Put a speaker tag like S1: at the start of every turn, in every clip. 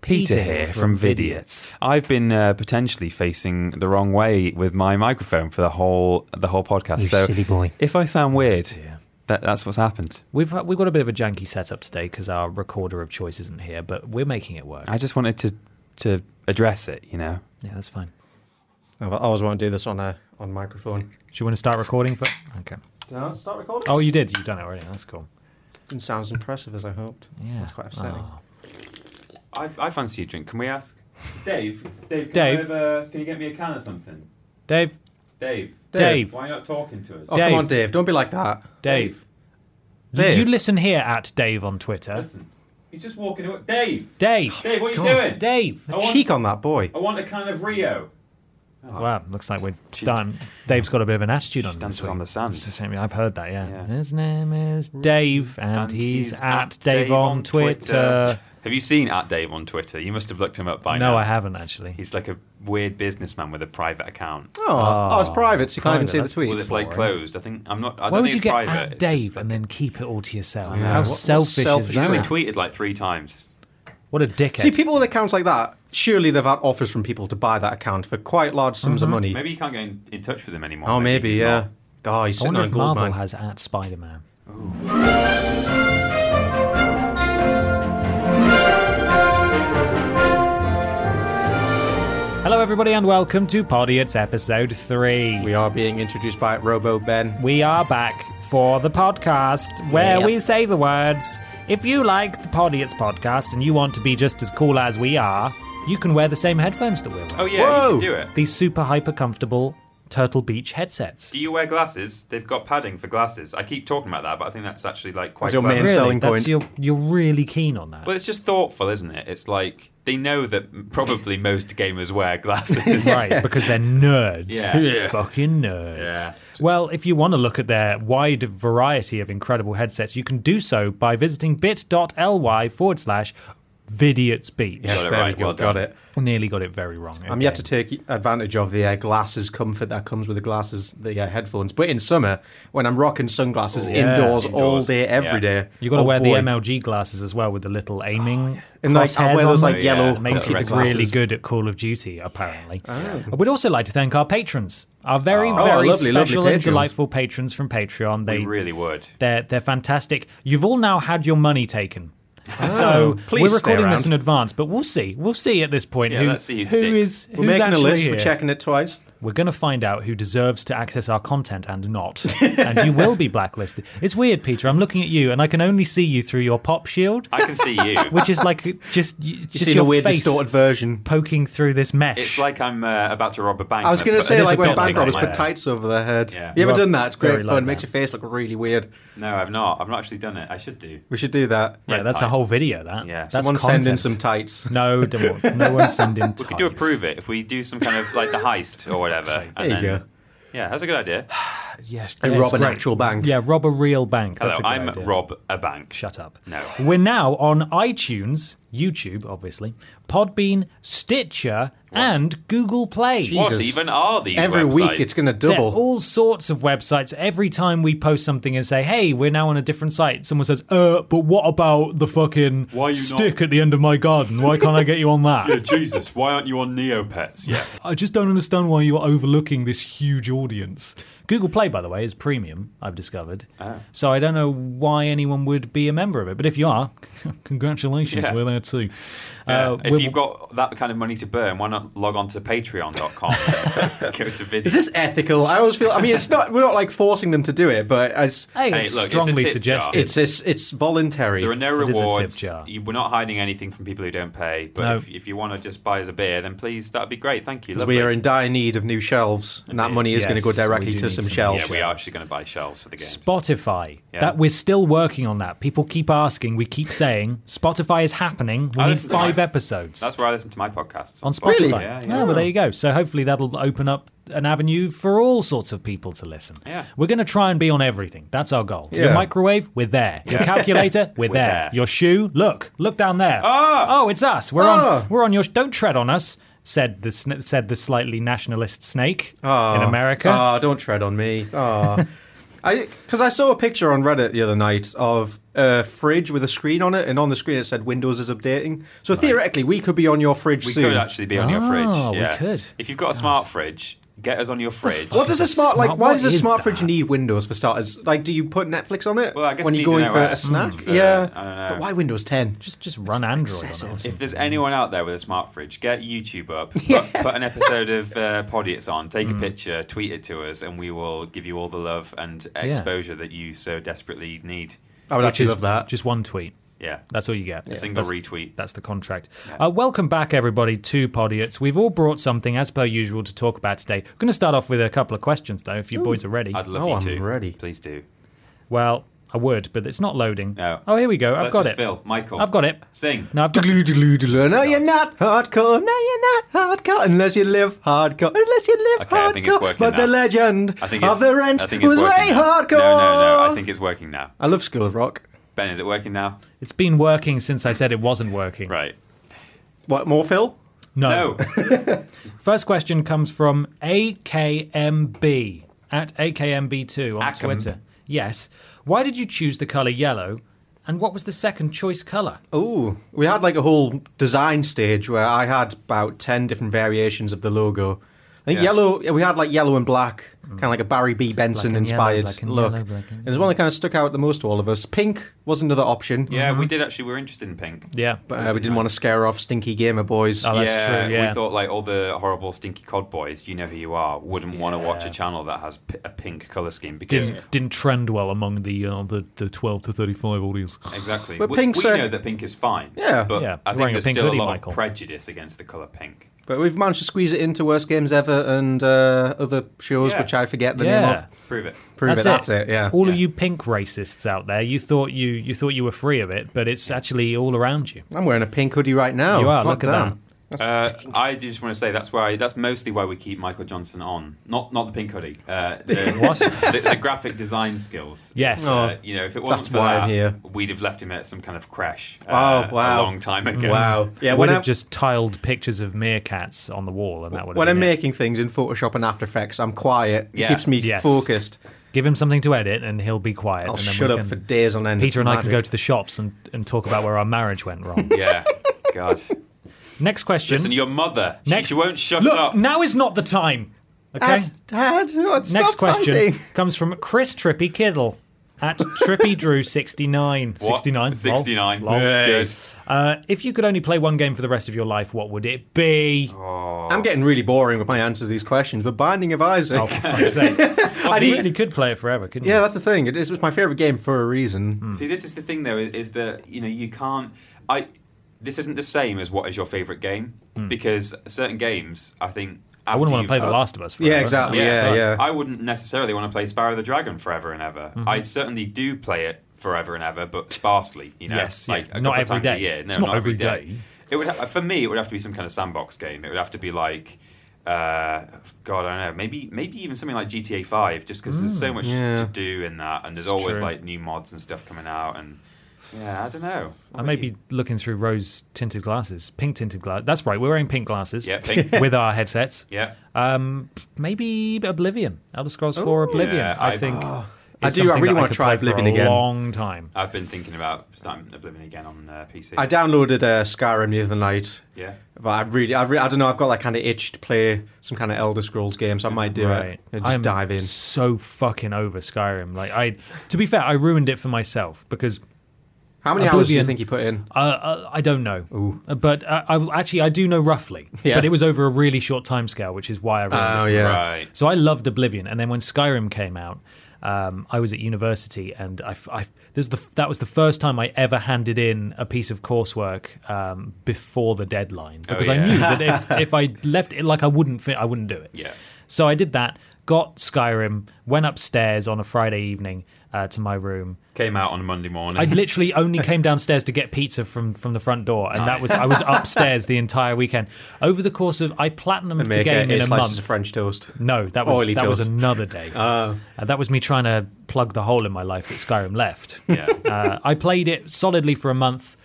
S1: Peter, here from Vidiots. I've been uh, potentially facing the wrong way with my microphone for the whole the whole podcast.
S2: You
S1: so
S2: silly boy.
S1: if I sound weird, that, that's what's happened.
S2: We've uh, we've got a bit of a janky setup today because our recorder of choice isn't here, but we're making it work.
S1: I just wanted to to address it, you know.
S2: yeah, that's fine.
S3: I always want to do this on a on microphone.
S2: Do you want to start recording? For okay.
S3: Did I start recording?
S2: Oh, you did. You've done it already. That's cool.
S3: Didn't sound as impressive as I hoped.
S2: Yeah.
S3: That's quite upsetting.
S2: Oh.
S1: I, I fancy a drink. Can we ask Dave? Dave, can,
S2: Dave?
S1: can you get me a can of something?
S2: Dave.
S1: Dave.
S2: Dave.
S1: are you not talking to us?
S3: Oh,
S2: Dave.
S3: come on, Dave. Don't be like that.
S2: Dave.
S3: Dave.
S2: You listen here at Dave on Twitter.
S1: he's just walking away. Dave.
S2: Dave.
S1: Dave, what are
S3: God.
S1: doing?
S2: Dave.
S1: want-
S3: Cheek on that boy.
S1: I want a can of Rio.
S2: Wow, looks like we're done. Dave's got a bit of an attitude on this
S1: dances
S2: week.
S1: on the sand.
S2: It's a shame. I've heard that, yeah.
S1: Yeah.
S2: His name is Dave, and,
S1: And
S2: he's, at Dave, on Twitter.
S1: Have you seen at Dave on Twitter? You must have looked him up by now.
S2: No, I haven't actually.
S1: He's like a weird businessman with a private account.
S3: Oh, oh, it's private, so you can't even
S2: private,
S3: see the
S2: that's-
S3: tweets.
S1: well, it's like closed. I think I'm not. I
S2: Why
S1: don't
S2: would
S1: think
S2: you
S1: it's
S2: get
S1: private.
S2: at
S1: it's just
S2: Dave
S1: like
S2: and then keep it all to yourself?
S3: know.
S2: How
S3: What- what
S2: selfish,
S3: selfish
S2: is
S1: a-
S3: then-
S1: He only
S2: that?
S3: Yeah.
S1: tweeted like three times.
S2: What a dickhead!
S3: See, people with accounts like that, surely they've had offers from people to buy that account for quite large sums of money.
S1: Maybe you can't get in, in touch with him anymore.
S3: oh, maybe,
S1: he's
S3: yeah.
S1: not.
S3: God, he's
S2: I
S3: sitting
S2: wonder
S3: on
S2: if
S3: gold
S2: Marvel
S3: mine.
S2: has at Spider Man. Hello, everybody, and welcome to Poddy. It's episode three.
S3: We are being introduced by Robo Ben.
S2: We are back for the podcast where
S3: Yeah.
S2: we say the words. If you like the Podiots podcast and you want to be just as cool as we are, you can wear the same headphones that we're wearing.
S1: Oh yeah, you
S3: Whoa!
S1: should do it.
S2: These super hyper comfortable Turtle Beach headsets.
S1: Do you wear glasses? They've got padding for glasses. I keep talking about that, but I think that's actually like quite.
S3: That's your
S1: clever.
S3: main selling
S2: That's
S3: point.
S2: your, you're really keen on that.
S1: Well, it's just thoughtful, isn't it? It's like they know that probably most gamers wear glasses.
S2: right, because they're nerds.
S1: Yeah. Yeah.
S2: Fucking nerds.
S1: Yeah.
S2: Well, if you want to look at their wide variety of incredible headsets, you can do so by visiting bit.ly forward slash vidiotsbeach.
S3: Yes,
S1: Got it
S3: there
S1: right,
S3: we go.
S1: well
S3: got
S1: done.
S3: it.
S2: Nearly got it very wrong.
S3: I'm yet to take advantage of the uh, glasses comfort that comes with the glasses, the uh, headphones. But in summer, when I'm rocking sunglasses
S2: Oh, yeah.
S3: indoors, all
S1: Indoors,
S3: day,
S1: yeah.
S3: every day,
S2: You got to
S3: oh
S2: wear the
S3: boy. Oh,
S2: MLG glasses as well with the little aiming.
S3: And like, I
S2: crosshairs
S3: wear
S2: on
S3: those
S2: them.
S3: like yellow
S1: Yeah,
S2: It makes you
S1: colour
S2: look
S3: glasses.
S2: really good at Call of Duty, apparently.
S3: Oh.
S2: We'd also like to thank our patrons, our very,
S3: our
S2: very
S3: Oh, lovely, lovely
S2: special and
S3: patrons.
S2: delightful patrons from Patreon. They
S1: we really would.
S2: They're they're fantastic. You've all now had your money taken. So
S3: Oh, Please
S2: we're
S3: stay
S2: recording this in
S3: around.
S2: advance, but we'll see. We'll see at this point
S1: Yeah,
S2: who,
S1: let's see who
S2: who
S1: sticks.
S2: is
S3: We're
S2: who's
S3: making a
S2: actually
S3: list.
S2: here.
S3: We're checking it twice.
S2: We're going to find out who deserves to access our content and not, and you will be blacklisted. It's weird, Peter. I'm looking at you, and I can only see you through your pop shield,
S1: I can see you.
S2: which is like just y-
S3: You've
S2: just
S3: seen
S2: your
S3: a weird
S2: face
S3: distorted version.
S2: poking through this mesh.
S1: It's like I'm uh, about to rob a bank.
S3: I was going
S1: but
S3: to say,
S1: it's
S3: like
S1: not
S3: when
S2: distorted
S3: bank
S1: like
S3: robbers
S1: my
S2: like
S3: put
S1: hair.
S3: tights over their head.
S1: Yeah.
S3: You ever
S2: Well,
S3: done that? It's great
S2: very
S3: fun.
S2: like
S3: Makes
S2: that.
S3: your face look really weird.
S1: No, I've not. I've not actually done it. I should do.
S3: We should do that.
S2: yeah,
S1: red
S2: that's a
S1: tights.
S2: whole video. That
S1: Yeah.
S2: that's
S3: Someone
S2: content.
S3: send in some tights.
S2: No, don't, want- no one send in.
S1: We could do a prove it if we do some kind of like the heist or whatever.
S3: There you go.
S1: Yeah, that's a good idea.
S2: Yes,
S3: And
S2: yes,
S3: rob an
S2: great.
S3: actual bank.
S2: Yeah, rob a real bank.
S1: Hello,
S2: That's a good
S1: I'm
S2: idea.
S1: rob a bank.
S2: Shut up.
S1: No.
S2: We're now on iTunes, YouTube, obviously, Podbean, Stitcher, and Google Play.
S3: Jesus.
S1: What even are these?
S3: Every week it's going to
S2: There are
S3: double.
S2: all sorts of websites. Every time we post something and say, "Hey, we're now on a different site," someone says, "Uh, but what about the fucking
S1: Why you not-
S2: stick at the end of my garden? Why can't I get you on that?"
S1: Jesus, why aren't you on Neopets yet?
S2: I just don't understand why you're overlooking this huge audience. Google Play, by the way, is premium, I've discovered.
S1: Ah.
S2: So I don't know why anyone would be a member of it. But if you are, congratulations,
S1: Yeah.
S2: we're there too.
S1: Yeah,
S2: Uh,
S1: if
S2: we're-
S1: you've got that kind of money to burn, why not can't log on to patreon.com. Go to video.
S3: Is this ethical? I always feel. I mean, it's not. We're not like forcing them to do it, but it's
S2: Hey,
S1: Hey,
S2: it's
S1: look, it's a tip
S2: strongly
S1: jar.
S2: suggested.
S3: it's it's, it's voluntary.
S1: There are no
S2: It is a tip
S1: rewards.
S2: jar.
S1: You- We're not hiding anything from people who don't pay. But
S2: No.
S1: if, if you want to just buy us a beer, then please, that'd be great. Thank you.
S3: 'Cause
S1: Lovely.
S3: we are in dire need of new shelves, and that
S1: Yeah.
S3: money is going to go
S2: Yes,
S3: directly
S2: we do
S3: to
S2: need
S3: some
S2: some-
S1: Yeah,
S3: shelves.
S1: we are actually going to buy shelves for the games.
S2: Spotify.
S1: Yeah.
S2: That we're still working on that. People keep asking. We keep saying Spotify is happening. We
S1: I
S2: need
S1: listen to
S2: five
S1: my-
S2: episodes
S1: Oh, That's where I listen to my podcasts.
S2: on Spotify.
S3: Really?
S1: Yeah, yeah.
S2: Ah, well, there you go. So hopefully that'll open up an avenue for all sorts of people to listen.
S1: Yeah.
S2: We're going to try and be on everything. That's our goal. Your
S3: Yeah.
S2: microwave, we're there. Your calculator, we're,
S1: We're
S2: there.
S1: there.
S2: Your shoe, look, look down there. Oh, it's us. We're
S3: Ah.
S2: on. We're on your. Don't tread on us. Said the sn- said the slightly nationalist snake in America.
S3: Ah, don't tread on me. Ah. I because I saw a picture on Reddit the other night of a fridge with a screen on it, and on the screen it said Windows is updating. So theoretically, we could be on your fridge
S1: we
S3: soon.
S1: could actually be on your
S2: Ah,
S1: fridge.
S2: we
S1: Yeah.
S2: could.
S1: If you've got a smart fridge, get us on your fridge.
S3: What does a smart, like?
S2: Smart-
S3: Why
S2: what
S3: does a
S2: is
S3: smart
S2: that?
S3: fridge need Windows for starters? Like, do you put Netflix on it
S1: Well, I guess
S3: when
S1: you
S3: you're going
S1: need to know
S3: for
S1: where
S3: a
S1: it's
S3: snack?
S1: for- uh,
S3: yeah,
S1: I don't know.
S3: but why Windows 10?
S2: just just run Android on it. or something.
S1: If there's anyone out there with a smart fridge, get YouTube up, put, put an episode of uh, Poddy It's on, take
S2: Mm.
S1: a picture, tweet it to us, and we will give you all the love and exposure that you so desperately need.
S3: I would
S2: Which
S3: actually
S2: is
S3: love that.
S2: Just one tweet.
S1: Yeah.
S2: That's all you get.
S1: A single
S2: That's-
S1: retweet.
S2: That's the contract. Uh, welcome back, everybody, to Podiots. We've all brought something, as per usual, to talk about today. I'm going to start off with a couple of questions, though, if you boys are ready.
S1: I'd love
S3: Oh,
S1: you
S3: I'm
S1: to.
S3: ready.
S1: Please do.
S2: well, I would, but it's not loading.
S1: No.
S2: Oh, here we go. I've
S1: Let's
S2: got
S1: just
S2: it.
S1: Phil, Michael.
S2: I've got it.
S1: Sing.
S2: No, I've got
S3: Doodle-oo-doodle-oo, No, you're not hardcore. No, you're not hardcore. Unless you live hardcore. Unless you live
S1: Okay,
S3: hardcore.
S1: I think it's working
S3: but the
S1: now.
S3: legend
S1: I think
S3: of
S1: it's,
S3: the wrench
S1: I think it's
S3: was way
S1: working now.
S3: hardcore.
S1: No, no, no. I think it's working now.
S3: I love School of Rock.
S1: Ben, is it working now?
S2: It's been working since I said it wasn't working.
S1: Right.
S3: What more, Phil?
S2: Oh.
S1: No.
S2: First question comes from AKMB at AKMB2 on
S1: Akamb.
S2: Twitter. Yes. Why did you choose the color yellow? And what was the second choice color?
S1: Oh.
S3: Ooh, we had like a whole design stage where I had about ten different variations of the logo. I think
S1: Yeah.
S3: yellow. yeah, We had like yellow and black, kind of like a Barry B. Benson
S2: Mm. Black and yellow,
S3: inspired
S2: black and
S3: look.
S2: yellow, black and
S3: it was one that kind of stuck out the most to all of us. Pink was another option.
S1: yeah, we did actually. We were interested in pink.
S2: Yeah.
S3: but uh, we didn't want to scare off stinky gamer boys.
S2: Oh, that's
S1: yeah,
S2: true, yeah.
S1: we thought like all the horrible stinky cod boys, you know who you are, wouldn't want to watch a channel that has p- a pink color scheme because
S2: didn't, didn't trend well among the uh, the, the 12 to 35 audience.
S1: exactly.
S3: But
S1: we,
S3: pink's
S1: we
S3: a-
S1: know that pink is fine.
S3: Yeah.
S1: but
S2: Yeah,
S1: I
S2: you're wearing
S1: think there's
S2: a pink
S1: still
S2: hoodie,
S1: a lot
S2: Michael.
S1: of prejudice against the color pink.
S3: But we've managed to squeeze it into worst games ever and uh, other shows
S1: Yeah.
S3: which I forget the name
S2: Yeah.
S3: of.
S1: Prove it.
S3: Prove it. That's it. Yeah.
S2: All of
S1: Yeah.
S2: you pink racists out there, you thought you you thought you were free of it, but it's actually all around you.
S3: I'm wearing a pink hoodie right now.
S2: You are,
S3: Hot
S2: look at that.
S3: damn.
S1: Uh, I do just want to say that's why that's mostly why we keep Michael Johnson on. Not not the pink hoodie. Uh, the,
S2: What?
S1: the, the graphic design skills.
S2: Yes.
S1: Uh, you know, if it wasn't
S3: Oh, That's
S1: for
S3: why
S1: that,
S3: I'm here.
S1: we'd have left him at some kind of crash. uh,
S3: Oh, wow.
S1: A long time ago.
S3: Wow. Yeah.
S2: Would
S3: When,
S2: have
S3: I'm,
S2: just tiled pictures of meerkats on the wall, and that would
S3: when
S2: have
S3: I'm
S2: been it.
S3: making things in Photoshop and After Effects, I'm quiet.
S1: Yeah.
S3: It keeps me
S2: Yes.
S3: focused.
S2: Give him something to edit, and he'll be quiet.
S3: I'll
S2: and then we
S3: shut up
S2: can-
S3: for days on end.
S2: Peter
S3: It's
S2: and I can go
S3: magic.
S2: to the shops and, and talk about where our marriage went wrong.
S1: Yeah. God.
S2: Next question.
S1: Listen, your mother. She-
S2: Next,
S1: She, won't shut
S2: Look,
S1: up.
S2: now is not the time. Okay.
S3: Dad, Dad, what,
S2: Next
S3: stop
S2: question
S3: fighting.
S2: comes from Chris Trippy Kiddle at Trippy Drew 69.
S1: What?
S2: 69. lol,
S1: 69.
S2: lol.
S1: Good.
S2: Uh, if you could only play one game for the rest of your life, what would it be? Oh,
S3: I'm getting really boring with my answers to these questions, but Binding of Isaac.
S2: for fuck's sake.
S3: I
S2: you
S3: need-
S2: really could play it forever, couldn't
S3: yeah,
S2: you?
S3: that's the thing. It is it's my favorite game for a reason.
S2: Hmm.
S1: See, this is the thing though, is- is that you know you can't. I this isn't the same as what is your favorite game because certain games, I think.
S2: Hmm. I wouldn't
S1: after
S2: want to play
S1: you've-
S3: Oh,
S2: The Last of Us forever.
S3: Yeah, exactly.
S2: That would
S3: Yeah,
S2: suck.
S3: yeah.
S1: I wouldn't necessarily want to play Sparrow the Dragon forever and ever.
S2: Mm-hmm.
S1: I certainly do play it forever and ever, but sparsely. You know,
S2: Yes,
S1: like
S2: yeah.
S1: a couple
S2: Not
S1: of
S2: every
S1: times
S2: day.
S1: a year. No,
S2: It's not
S1: every
S2: every
S1: day.
S2: day.
S1: It would ha- for me. It would have to be some kind of sandbox game. It would have to be like. Uh, God, I don't know. Maybe, maybe even something like GTA Five, just because there's so much
S3: yeah.
S1: to do in that, and there's always
S2: Mm, true.
S1: like new mods and stuff coming out, and yeah, I don't know. What
S2: I may
S1: about you?
S2: be looking through rose tinted glasses, pink tinted glasses. That's right, we're wearing pink glasses
S1: Yeah, pink.
S2: with our headsets.
S1: Yeah.
S2: Um, maybe Oblivion, Elder Scrolls Four Oblivion.
S1: Yeah,
S2: I
S1: I-
S2: think
S3: I
S2: is
S3: do- I
S2: something
S3: really
S2: that
S3: wanna
S2: could
S3: try
S2: play for
S3: Oblivion again.
S2: A long time.
S1: I've been thinking about starting Oblivion again on uh, PC.
S3: I downloaded uh, Skyrim the other night.
S1: yeah.
S3: But I really, I, really, I don't know. I've got that kind of itch to play some kind of Elder Scrolls game, so I might do
S2: right.
S3: it. And just
S2: I'm
S3: dive in.
S2: So fucking over Skyrim. Like I, to be fair, I ruined it for myself because
S3: How many hours do you
S2: Oblivion-
S3: think he put in?
S2: Uh, uh, I don't know, Uh, but uh, I, actually I do know roughly.
S3: Yeah.
S2: But it was over a really short time scale, which is why I.
S3: Oh,
S2: Really loved it.
S3: yeah.
S1: Right.
S2: So I loved Oblivion, and then when Skyrim came out, um, I was at university, and I, f- I f- this is the, f- that was the first time I ever handed in a piece of coursework um, before the deadline because
S1: Oh, yeah.
S2: I knew that if, if I left it, like I wouldn't, fit, I wouldn't do it.
S1: Yeah.
S2: So I did that, got Skyrim, went upstairs on a Friday evening uh, to my room.
S1: Came out on a Monday morning.
S2: I literally only came downstairs to get pizza from from the front door, and that was I was upstairs the entire weekend. Over the course of I platinumed the
S3: Make
S2: game
S3: it
S2: in
S3: a
S2: a
S3: slices
S2: month.
S3: of French toast.
S2: No, that was
S3: Oily
S2: that was
S3: toast.
S2: another day. Uh, that was me trying to plug the hole in my life that Skyrim left.
S1: Yeah.
S2: uh, I played it solidly for a month,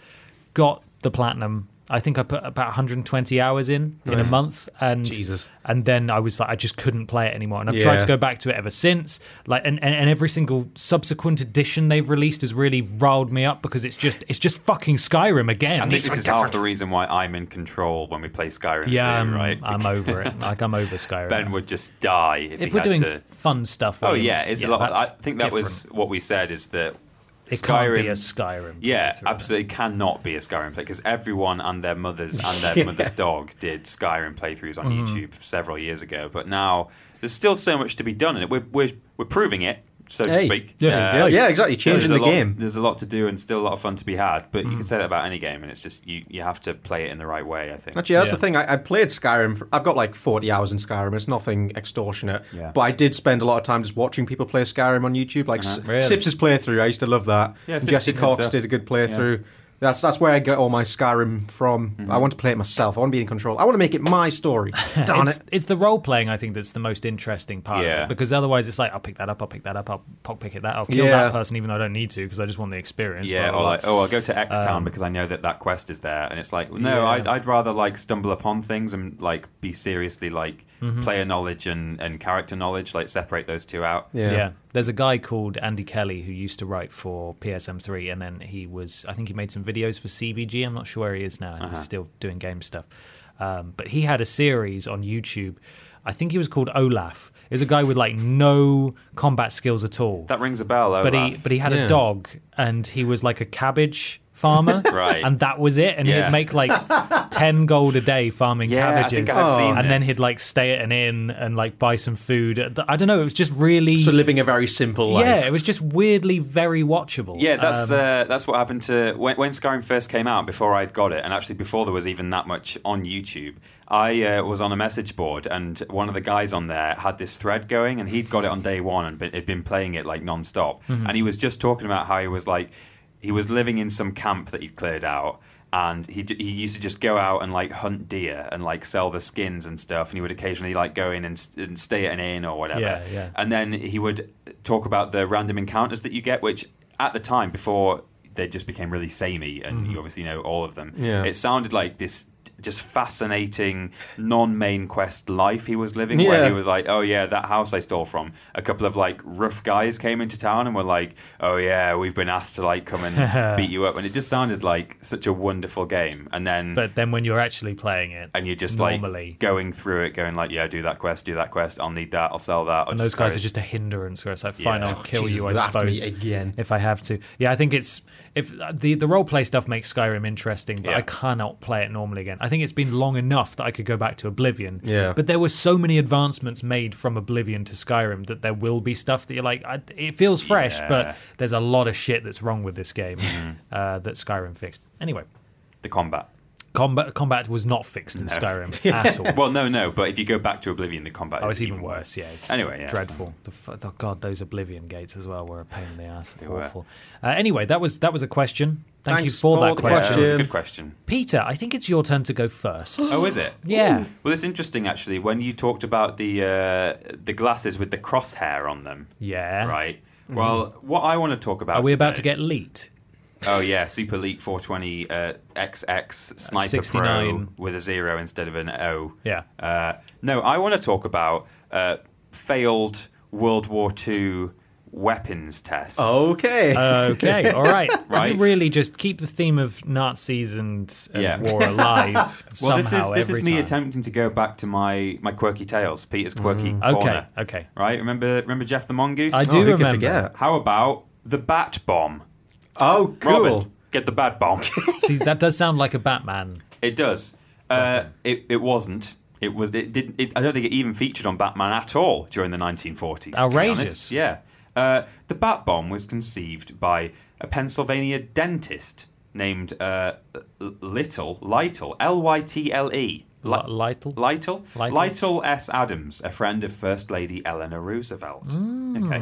S2: got the platinum. I think I put about 120 hours in in a month, and
S3: Jesus.
S2: and then I was like, I just couldn't play it anymore, and I've tried
S3: Yeah.
S2: to go back to it ever since. Like, and, and, and every single subsequent edition they've released has really riled me up because it's just it's just fucking Skyrim again.
S1: I think this is half the reason why I'm in control when we play Skyrim.
S2: yeah,
S1: soon,
S2: I'm,
S1: right.
S2: I'm over it. Like I'm over Skyrim.
S1: ben would just die if,
S2: if
S1: he
S2: we're
S1: had
S2: doing
S1: to.
S2: fun stuff,
S1: Oh
S2: William,
S1: yeah, it's a lot. I
S2: that's
S1: think that
S2: different.
S1: was what we said is that
S2: It
S1: Skyrim.
S2: can't be a Skyrim.
S1: yeah,
S2: playthrough.
S1: absolutely cannot be a Skyrim play because everyone and their mothers and their mother's dog did Skyrim playthroughs on
S2: Mm-hmm.
S1: YouTube several years ago. But now there's still so much to be done in it. We're we're, we're proving it, so to
S3: Hey.
S1: speak.
S2: Yeah,
S3: Yeah, yeah, exactly. Changing
S1: there's a
S3: the
S1: lot-
S3: game.
S1: There's a lot to do and still a lot of fun to be had. But you
S2: Mm.
S1: can say that about any game, and it's just you you have to play it in the right way. I think.
S3: Actually, that's
S2: Yeah.
S3: the thing. I, I played Skyrim. For, I've got like 40 hours in Skyrim. It's nothing extortionate.
S1: Yeah.
S3: But I did spend a lot of time just watching people play Skyrim on YouTube. Like S-
S2: Uh-huh. Really?
S3: Sips's playthrough, I used to love that.
S1: Yeah,
S3: And
S1: Sips
S3: Jesse
S1: did good
S3: Cox
S1: stuff.
S3: did a good playthrough. That's that's where I get all my Skyrim from.
S2: Mm-hmm.
S3: I want to play it myself. I want to be in control. I want to make it my story. Darn
S2: it's,
S3: it.
S2: it's the role playing I think that's the most interesting part of
S1: Yeah.
S2: it, because otherwise it's like I'll pick that up, I'll pick that up, I'll pockpick it that, I'll kill
S3: Yeah.
S2: that person even though I don't need to because I just want the experience.
S1: Yeah,
S2: blah, blah,
S1: or
S2: blah.
S1: like, oh, I'll go to X Town because I know that that quest is there, and it's like, no,
S2: um, Yeah.
S1: I'd, I'd rather like stumble upon things and like be seriously like
S2: Mm-hmm.
S1: player knowledge and, and character knowledge, like separate those two out.
S2: yeah. There's a guy called Andy Kelly who used to write for PSM3, and then he was I think he made some videos for CBG. I'm not sure where he is now. I think
S1: Uh-huh.
S2: He's still doing game stuff, um, but he had a series on YouTube. I think he was called Olaf. Is a guy with like no combat skills at all.
S1: That rings a bell.
S2: but he
S1: Olaf.
S2: but he had
S3: Yeah.
S2: a dog and he was like a cabbage farmer
S1: Right.
S2: and that was it and
S1: Yeah.
S2: he'd make like 10 gold a day farming
S1: Yeah, I think
S2: cabbages
S1: I've seen
S2: and then
S1: this.
S2: he'd like stay at an inn and like buy some food i don't know it was just really
S3: So living a very simple life.
S2: yeah it was just weirdly very watchable
S1: yeah, that's
S2: Um,
S1: uh, that's what happened to when, when Skyrim first came out. Before I'd got it, and actually before there was even that much on YouTube, I uh, was on a message board, and one of the guys on there had this thread going, and he'd got it on day one and been, had been playing it like non-stop.
S2: Mm-hmm.
S1: and he was just talking about how he was like, he was living in some camp that he'd cleared out. And he, d- he used to just go out and like hunt deer and like sell the skins and stuff. And he would occasionally like go in and, s- and stay at an inn or whatever.
S2: Yeah, yeah.
S1: And then he would talk about the random encounters that you get, which at the time before they just became really samey, and
S2: Mm-hmm.
S1: you obviously know all of them.
S3: Yeah.
S1: It sounded like this just fascinating non-main quest life he was living where
S3: Yeah.
S1: he was like oh yeah that house i stole from a couple of like rough guys came into town and were like oh yeah we've been asked to like come and beat you up and it just sounded like such a wonderful game and then
S2: but then when you're actually playing it
S1: and you're just
S2: normally
S1: like going through it going like yeah do that quest do that quest i'll need that i'll sell that I'll
S2: and those
S1: carry
S2: guys are just a hindrance where it's like fine
S1: Yeah.
S2: i'll
S1: Oh,
S2: kill
S3: Jesus,
S2: you i
S3: they're after me
S2: suppose
S3: again.
S2: if i have to yeah i think it's if uh, the the role play stuff makes skyrim interesting but
S1: Yeah.
S2: i cannot play it normally again i think it's been long enough that i could go back to oblivion
S3: Yeah.
S2: but there were so many advancements made from oblivion to skyrim that there will be stuff that you're like I, it feels fresh
S1: Yeah.
S2: but there's a lot of shit that's wrong with this game uh, that skyrim fixed anyway
S1: the combat
S2: combat combat was not fixed in skyrim at all
S1: Well, no, no. But if you go back to Oblivion, the combat
S2: Oh,
S1: is
S2: it's even worse. Yeah. It's
S1: Anyway, yeah,
S2: dreadful. The f- oh, God, those Oblivion gates as well were a pain in the ass.
S1: were.
S2: Awful. Uh, anyway, that was that was a question. Thank you
S3: Thanks
S2: for,
S3: for
S2: that
S3: the
S1: Yeah,
S2: question,
S1: that's a
S3: Question.
S1: good question.
S2: Peter. I think it's your turn to go first.
S1: Oh, is it?
S2: Yeah.
S1: Well, it's interesting actually. When you talked about the uh, the glasses with the crosshair on them,
S2: Yeah. Mm-hmm.
S1: right? Well, what I want to talk about.
S2: Are we about to
S1: today-
S2: get leaked?
S1: Oh yeah, Super Elite 420 uh, XX Sniper
S2: 69.
S1: Pro with a zero instead of an O.
S2: Yeah.
S1: Uh, no, I want to talk about uh, failed World War II weapons tests.
S3: Oh, Okay.
S2: Okay. All right.
S1: Uh, Right.
S2: We really just keep the theme of Nazis and, and
S1: Yeah.
S2: war alive
S1: Well,
S2: somehow
S1: this is this
S2: every
S1: is me
S2: time.
S1: attempting to go back to my my quirky tales, Peter's quirky
S2: okay.
S1: corner.
S2: Mm. Okay.
S1: Right? Remember remember Jeff the mongoose?
S2: I
S3: Oh,
S2: do
S3: who could
S2: remember.
S3: forget?
S1: How about the bat bomb?
S3: Oh, cool.
S1: Robin, Get the bat bomb.
S2: See, that does sound like a
S3: Oh,
S2: Batman.
S1: it does. Uh, it, it wasn't. It was. It didn't. It, I don't think it even featured on Batman at all during the 1940s. to be
S2: Outrageous.
S1: honest. Yeah. Uh, the bat bomb was conceived by a Pennsylvania dentist named uh, L- Little Lytle L Y T L E.
S2: Li- Lytle?
S1: Lytle?
S2: Lytle.
S1: Lytle S. Adams, a friend of First Lady Eleanor Roosevelt. Okay.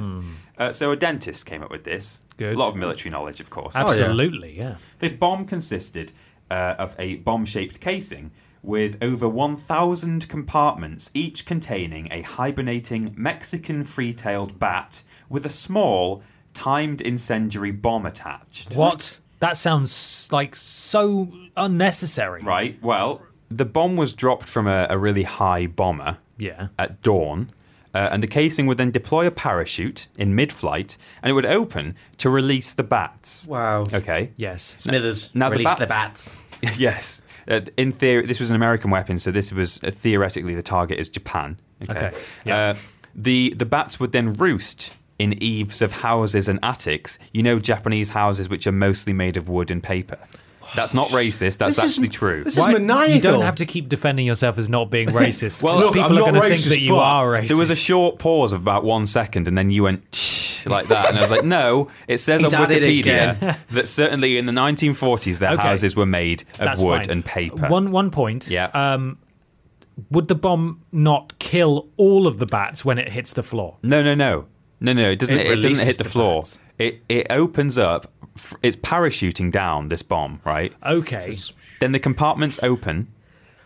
S1: Uh, so a dentist came up with this.
S2: Hmm. Good.
S1: A lot of military knowledge, of course.
S2: Absolutely, yeah.
S1: The bomb consisted uh, of a bomb shaped casing with over 1,000 compartments, each containing a hibernating Mexican free tailed bat with a small, timed incendiary bomb attached.
S2: What? That sounds like so unnecessary.
S1: Right, well, the bomb was dropped from a, a really high bomber
S2: Yeah.
S1: at dawn. Uh, and the casing would then deploy a parachute in mid flight and it would open to release the bats.
S3: Wow.
S1: Okay.
S2: Yes.
S4: Smithers,
S1: Now the
S4: release the
S1: bats.
S4: bats.
S1: yes. Uh, in theory, this was an American weapon, so this was uh, theoretically the target is Japan.
S2: Okay, yeah.
S1: Uh, the the bats would then roost in eaves of houses and attics. You know, Japanese houses which are mostly made of wood and paper. That's not racist. That's
S3: This is-
S1: actually true.
S3: this is maniacal.
S2: You don't have to keep defending yourself as not being racist.
S1: Well,
S2: because
S1: look,
S3: I'm
S2: people are
S3: not
S2: going to
S3: racist,
S2: think that you
S3: but
S2: are racist.
S1: There was a short pause of about one second, and then you went "Shh," like that, and I was like, "No, it says
S4: He's
S1: on
S4: at it
S1: Wikipedia
S4: again.
S1: that certainly in the 1940s their
S2: Okay.
S1: houses were made of
S2: That's
S1: wood
S2: fine.
S1: and paper."
S2: One one point.
S1: Yeah.
S2: Um, would the bomb not kill all of the bats when it hits the floor?
S1: No, no, no, no, no. It doesn't.
S4: It
S1: It, doesn't
S4: releases
S1: hit the,
S4: the
S1: floor.
S4: bats.
S1: It it opens up. f- It's parachuting down this bomb, right?
S2: Okay.
S1: Then the compartments open.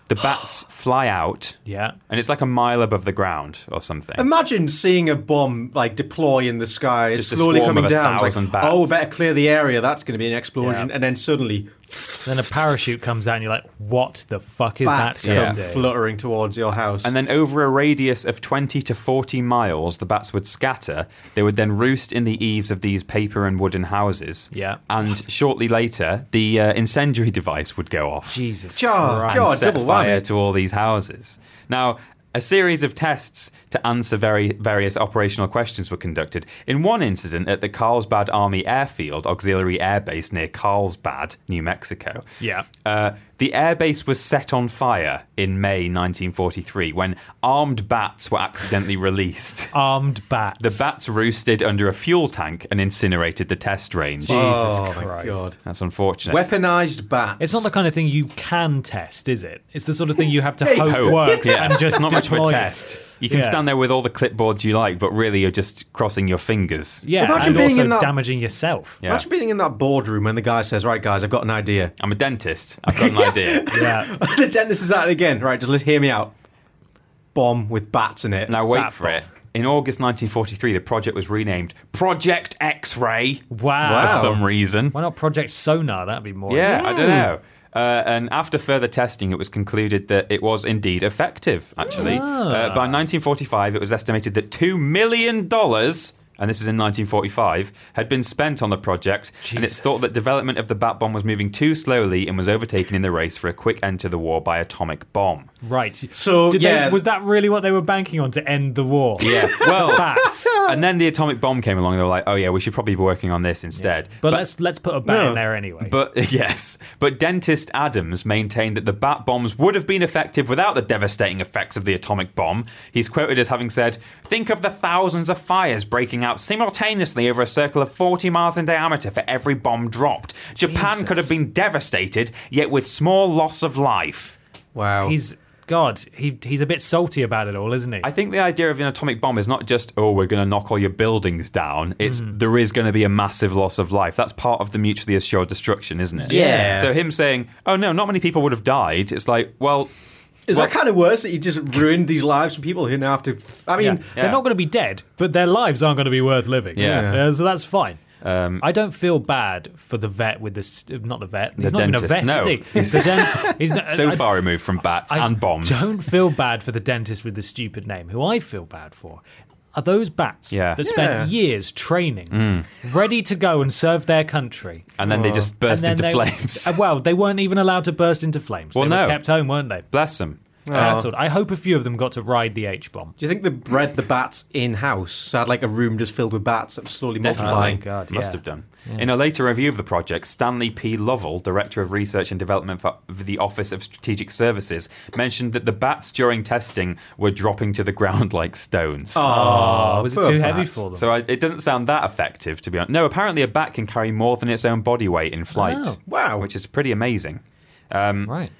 S1: The bats fly out.
S2: Yeah.
S1: And it's like a mile above the ground or something.
S3: Imagine seeing a bomb like deploy in the sky, it's
S1: Just a
S3: slowly
S1: swarm
S3: coming
S1: of a
S3: down. It's
S1: thousand
S3: like,
S1: bats.
S3: oh, better clear the area. That's going to be an explosion,
S2: Yeah.
S3: and then suddenly
S2: Then a parachute comes out, and you're like, "What the fuck is
S3: bats
S2: that?" gonna
S3: come
S2: do?
S3: fluttering towards your house.
S1: and then over a radius of 20 to 40 miles, the bats would scatter. They would then roost in the eaves of these paper and wooden houses.
S2: Yeah.
S1: And shortly later, the uh, incendiary device would go off.
S2: Jesus
S3: Jar-
S2: Christ.
S3: God.
S1: and set
S3: double
S1: fire
S3: whammy.
S1: to all these houses. Now, a series of tests to answer very various operational questions were conducted. In one incident at the Carlsbad Army Airfield Auxiliary Air Base near Carlsbad, New Mexico,
S2: Yeah.
S1: uh, the airbase was set on fire in May 1943 when armed bats were accidentally released.
S2: Armed bats.
S1: The bats roosted under a fuel tank and incinerated the test range.
S2: Jesus
S3: oh my
S2: Christ.
S3: god,
S1: That's unfortunate.
S3: weaponized bats.
S2: It's not the kind of thing you can test, is it? It's the sort of thing you have to
S3: Hey,
S2: hope,
S1: hope.
S2: works
S1: yeah.
S2: and just
S1: it's not much of
S2: deploy
S1: a
S2: it.
S1: test. You can
S2: Yeah.
S1: stand there with all the clipboards you like, but really you're just crossing your fingers.
S2: Yeah,
S3: Imagine
S2: and
S3: being
S2: also
S3: in that-
S2: damaging yourself.
S1: Yeah.
S3: Imagine being in that boardroom when the guy says, "Right, guys, I've got an idea."
S1: I'm a dentist. I've got an idea.
S2: Yeah.
S3: the dentist is at it again. Right, just let hear me out. Bomb with bats in it.
S1: Now wait
S2: Bat
S1: for
S2: bomb.
S1: it. In August 1943, the project was renamed Project X-Ray
S2: Wow.
S1: for some reason.
S2: Why not Project Sonar? That'd be more.
S1: Yeah, I don't know. Uh, and after further testing, it was concluded that it was indeed effective, actually. Uh,
S2: Ah.
S1: by 1945, it was estimated that $2 million, and this is in 1945, had been spent on the project. And it's
S2: Jesus.
S1: thought that development of the bat bomb was moving too slowly and was overtaken in the race for a quick end to the war by atomic bomb.
S2: Right.
S3: So,
S2: Did
S3: yeah.
S2: they, was that really what they were banking on to end the war?
S1: Yeah, well,
S2: bats.
S1: and then the atomic bomb came along, and they were like, oh, yeah, we should probably be working on this instead.
S2: But, let's let's put a bat in there anyway.
S1: But yes, but dentist Adams maintained that the bat bombs would have been effective without the devastating effects of the atomic bomb. He's quoted as having said, "Think of the thousands of fires breaking out simultaneously over a circle of 40 miles in diameter for every bomb dropped. Japan
S2: Jesus.
S1: could have been devastated, yet with small loss of life."
S3: wow.
S2: he's God. He he's a bit salty about it all, isn't he?
S1: I think the idea of an atomic bomb is not just, oh, we're going to knock all your buildings down. It's
S2: Hmm.
S1: there is going to be a massive loss of life. That's part of the mutually assured destruction, isn't it?
S4: Yeah.
S1: So him saying, oh, no, not many people would have died. It's like, well,
S3: is
S1: well-
S3: that kind of worse that you just ruined these lives for people who now have to? I mean,
S2: Yeah.
S1: Yeah.
S2: They're not going to be dead, but their lives aren't going to be worth living.
S1: Yeah. Um,
S2: Uh, so that's fine. I don't feel bad for the vet with this. Not the vet. He's
S1: The
S2: not even
S1: dentist,
S2: a vet.
S1: no.
S2: Is he? He's the den- he's not-
S1: so
S2: I-
S1: far removed from bats
S2: I
S1: and bombs.
S2: don't feel bad for the dentist with the stupid name, who I feel bad for. Are those bats
S1: Yeah.
S2: that
S3: Yeah.
S2: spent years training, ready to go and serve their country?
S1: And then they just burst
S2: And
S1: into
S2: then they-
S1: flames.
S2: Uh, Well, they weren't even allowed to burst into flames.
S1: Well,
S2: they were
S1: no.
S2: kept home, weren't they?
S1: Bless them.
S2: cancelled. I hope a few of them got to ride the H bomb.
S3: Do you think they bred the bats in house? So I had like a room just filled with bats that were slowly
S2: Oh my
S3: multiplying.
S2: god,
S1: Must
S2: yeah.
S1: have done. In a later review of the project, Stanley P. Lovell, Director of Research and Development for the Office of Strategic Services, mentioned that the bats during testing were dropping to the ground like stones. Ah,
S2: Oh, was it
S3: poor
S2: too heavy
S3: bats.
S2: for them?
S1: So I, it doesn't sound that effective, to be honest. No, apparently a bat can carry more than its own body weight in flight.
S2: Oh,
S3: wow.
S1: Which is pretty amazing. Mm.
S2: right.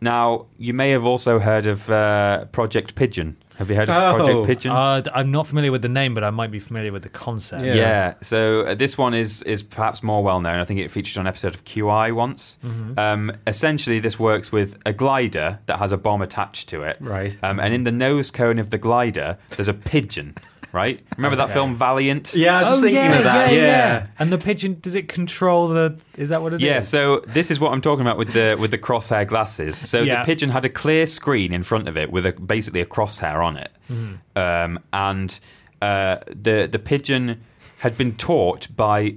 S1: Now, you may have also heard of uh, Project Pigeon. Have you heard of
S3: Oh.
S1: Project Pigeon?
S2: Uh, d- I'm not familiar with the name, but I might be familiar with the concept.
S3: Yeah.
S1: yeah. So uh, this one is is perhaps more well known. I think it featured on an episode of QI once.
S3: Mm-hmm.
S1: Um, essentially, this works with a glider that has a bomb attached to it.
S3: Right.
S1: Um, and in the nose cone of the glider, there's a pigeon. Right. Remember that film Valiant?
S3: Yeah, I was just thinking of that. Oh, Yeah.
S2: And the pigeon does it control the? Is that what it is?
S1: Yeah, so this is what I'm talking about with the with the crosshair glasses. So
S2: Yeah.
S1: the pigeon had a clear screen in front of it with a, basically a crosshair on it,
S2: Mm-hmm.
S1: um, and uh, the the pigeon had been taught by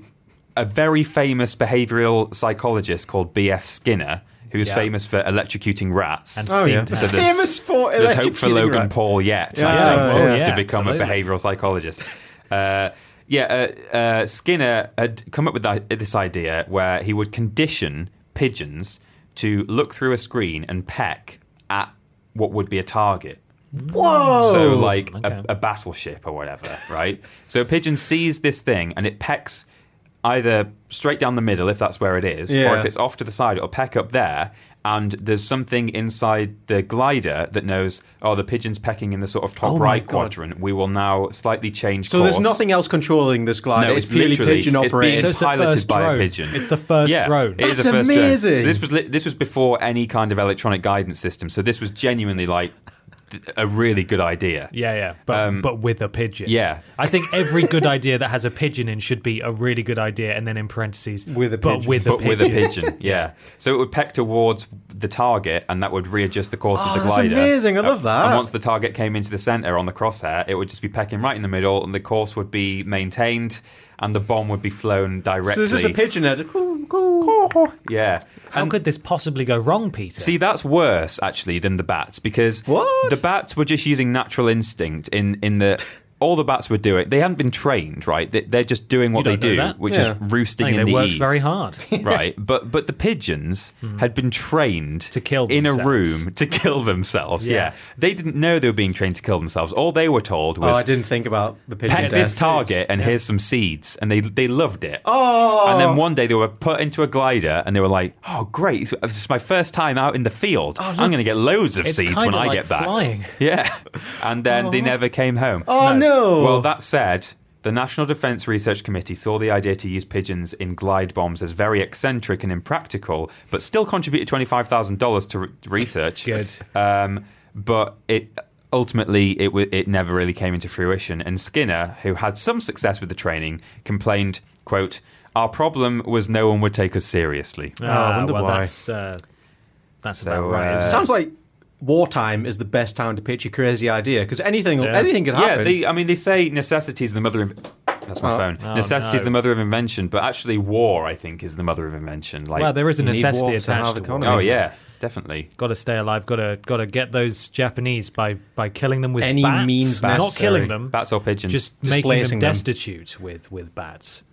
S1: a very famous behavioural psychologist called B.F. Skinner, who's
S2: Yeah.
S1: famous for electrocuting rats.
S2: And
S3: Oh,
S2: steam
S3: yeah.
S2: tap.
S1: So there's-
S3: Famous for
S1: There's hope for
S3: electrocuting
S1: Logan
S3: rats.
S1: Paul yet.
S3: Yeah,
S1: I think,
S3: oh,
S1: to,
S2: yeah,
S1: to become
S2: absolutely.
S1: a behavioural psychologist. Uh, yeah, uh, uh, Skinner had come up with that, this idea where he would condition pigeons to look through a screen and peck at what would be a target.
S3: Whoa!
S1: So, like
S2: okay.
S1: a, a battleship or whatever, right? so, a pigeon sees this thing and it pecks either straight down the middle, if that's where it is,
S3: Yeah.
S1: or if it's off to the side, it'll peck up there. And there's something inside the glider that knows, oh, the pigeon's pecking in the sort of top
S3: Oh my
S1: right
S3: God.
S1: quadrant. We will now slightly change
S3: so
S1: course.
S3: there's nothing else controlling this glider.
S1: No,
S3: it's,
S1: it's
S3: purely
S1: literally-
S3: pigeon
S1: it's being-
S3: operated.
S2: So it's the
S1: piloted
S2: first
S1: by a
S2: drone.
S1: pigeon.
S2: It's the first
S1: yeah,
S2: drone.
S1: it is
S3: That's
S1: a first drone.
S3: amazing.
S1: So this was li- this was before any kind of electronic guidance system. So this was genuinely like th- a really good idea.
S2: Yeah, yeah, but but with a pigeon.
S1: yeah.
S2: I think every good idea that has a pigeon in should be a really good idea, and then in parentheses
S3: With a
S2: but
S3: pigeon.
S2: with a
S1: but
S2: pigeon.
S1: with a pigeon. Yeah. So it would peck towards the target, and that would readjust the course
S3: Oh,
S1: of the
S3: that's
S1: glider.
S3: amazing. I love
S1: Uh,
S3: that.
S1: And once the target came into the center on the crosshair, it would just be pecking right in the middle, and the course would be maintained, and the bomb would be flown directly.
S3: So it's just a pigeon head. Coo, coo.
S1: Yeah.
S2: How could this possibly go wrong, Peter?
S1: See, that's worse actually than the bats because
S3: What?
S1: the bats were just using natural instinct in in the. All the bats were doing. They hadn't been trained, right? They- They're just doing what they
S2: don't know
S1: do,
S2: that.
S1: which
S3: Yeah.
S1: is roosting
S2: I think
S1: in
S2: they
S1: the
S2: worked
S1: eaves.
S2: very hard.
S1: right? But but the pigeons had been trained to
S2: kill
S1: in a
S2: themselves.
S1: room to kill themselves.
S2: Yeah.
S1: Yeah. they didn't know they were being trained to kill themselves. All they were told
S3: Oh,
S1: was
S3: I didn't think about the pigeon
S1: peck
S3: death.
S1: this target and here's some seeds, and they they loved it. Oh, and then one day they were put into a glider and they were like, oh great, this is my first time out in the field. I'm going to get loads of
S2: It's
S1: seeds
S2: kinda
S1: when I
S2: like
S1: get back.
S2: flying.
S1: Yeah, and then they never came home.
S3: Oh no!
S1: Well, that said, the National Defence Research Committee saw the idea to use pigeons in glide bombs as very eccentric and impractical, but still contributed twenty-five thousand dollars to re- research.
S2: Good.
S1: Um, but it ultimately it wa- it never really came into fruition. And Skinner, who had some success with the training, complained, "quote Our problem was no one would take us seriously."
S2: Ah,
S3: I wonder
S2: well,
S3: why.
S2: That's, uh, that's
S1: So,
S2: about right.
S1: uh,
S2: isn't it?
S3: sounds like wartime is the best time to pitch a crazy idea because anything
S2: Yeah.
S3: anything could
S1: Yeah,
S3: happen.
S1: they, I mean, they say necessity is the mother of. That's my
S3: Oh.
S1: phone.
S2: Oh,
S1: necessity is
S2: no.
S1: the mother of invention, but actually, war, I think, is the mother of invention. Like,
S2: well, there is a
S3: You need war
S2: necessity
S3: to
S2: attached
S3: have
S2: to
S3: economy.
S2: it.
S1: Oh
S3: isn't
S1: yeah, definitely.
S2: Got to stay alive. Got to got to get those Japanese by by killing them with
S3: Any
S2: bats.
S3: means
S2: Not
S3: necessary.
S2: killing them.
S1: Bats or pigeons.
S2: just making them
S3: Displacing them.
S2: destitute with with bats.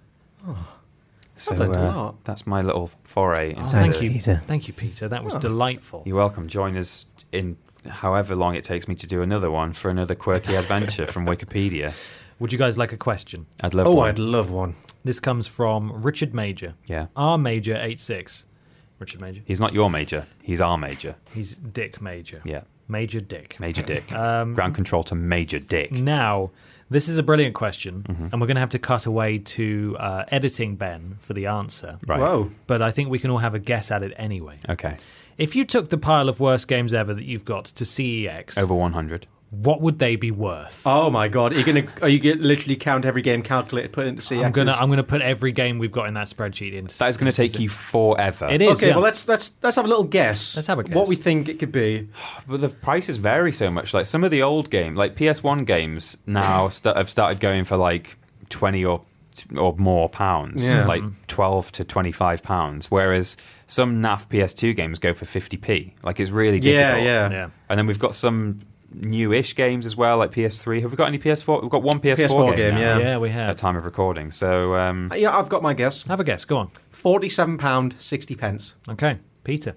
S1: so, uh,
S3: learned a lot.
S1: That's my little foray. Into
S2: Oh, thank
S1: the-
S2: you,
S3: Peter.
S2: thank you, Peter. That was delightful.
S1: You're welcome. Join us in however long it takes me to do another one for another quirky adventure from Wikipedia.
S2: Would you guys like a question?
S1: I'd love.
S3: Oh,
S1: one.
S3: I'd love one.
S2: This comes from Richard Major.
S1: Yeah.
S2: R Major eight six. Richard Major.
S1: He's not your major. He's our major.
S2: He's Dick Major.
S1: Yeah.
S2: Major Dick.
S1: Major Dick.
S3: Um,
S1: Ground control to Major Dick.
S2: Now, this is a brilliant question, and we're going to have to cut away to uh, editing Ben for the answer.
S1: Right.
S3: Whoa.
S2: But I think we can all have a guess at it anyway.
S1: Okay.
S2: If you took the pile of worst games ever that you've got to CEX,
S1: Over 100.
S2: what would they be worth?
S3: Oh my god! Are you gonna are you gonna literally count every game calculated put into CX?
S2: I'm gonna I'm gonna put every game we've got in that spreadsheet into. E
S1: That is going to take you forever.
S2: It is.
S3: Okay,
S2: yeah.
S3: well let's let's let's have a little guess.
S2: Let's have a guess.
S3: What we think it could be.
S1: But the prices vary so much. Like some of the old game, like PS1 games, now sta have started going for like 20 or t- or more pounds,
S3: Yeah. Mm-hmm.
S1: like 12 to 25 pounds. Whereas some NAF PS2 games go for 50p. Like it's really
S3: Yeah,
S1: difficult.
S3: yeah.
S2: Yeah.
S1: And then we've got some newish games as well, like PS3. Have we got any PS4? We've got one PS4,
S3: PS4 game,
S1: now
S3: Yeah.
S2: Yeah, we
S1: at
S2: have.
S1: time of recording. So um,
S3: Uh, Yeah, I've got my guess.
S2: Have a guess. Go on.
S3: Forty-seven pound sixty pence.
S2: Okay, Peter.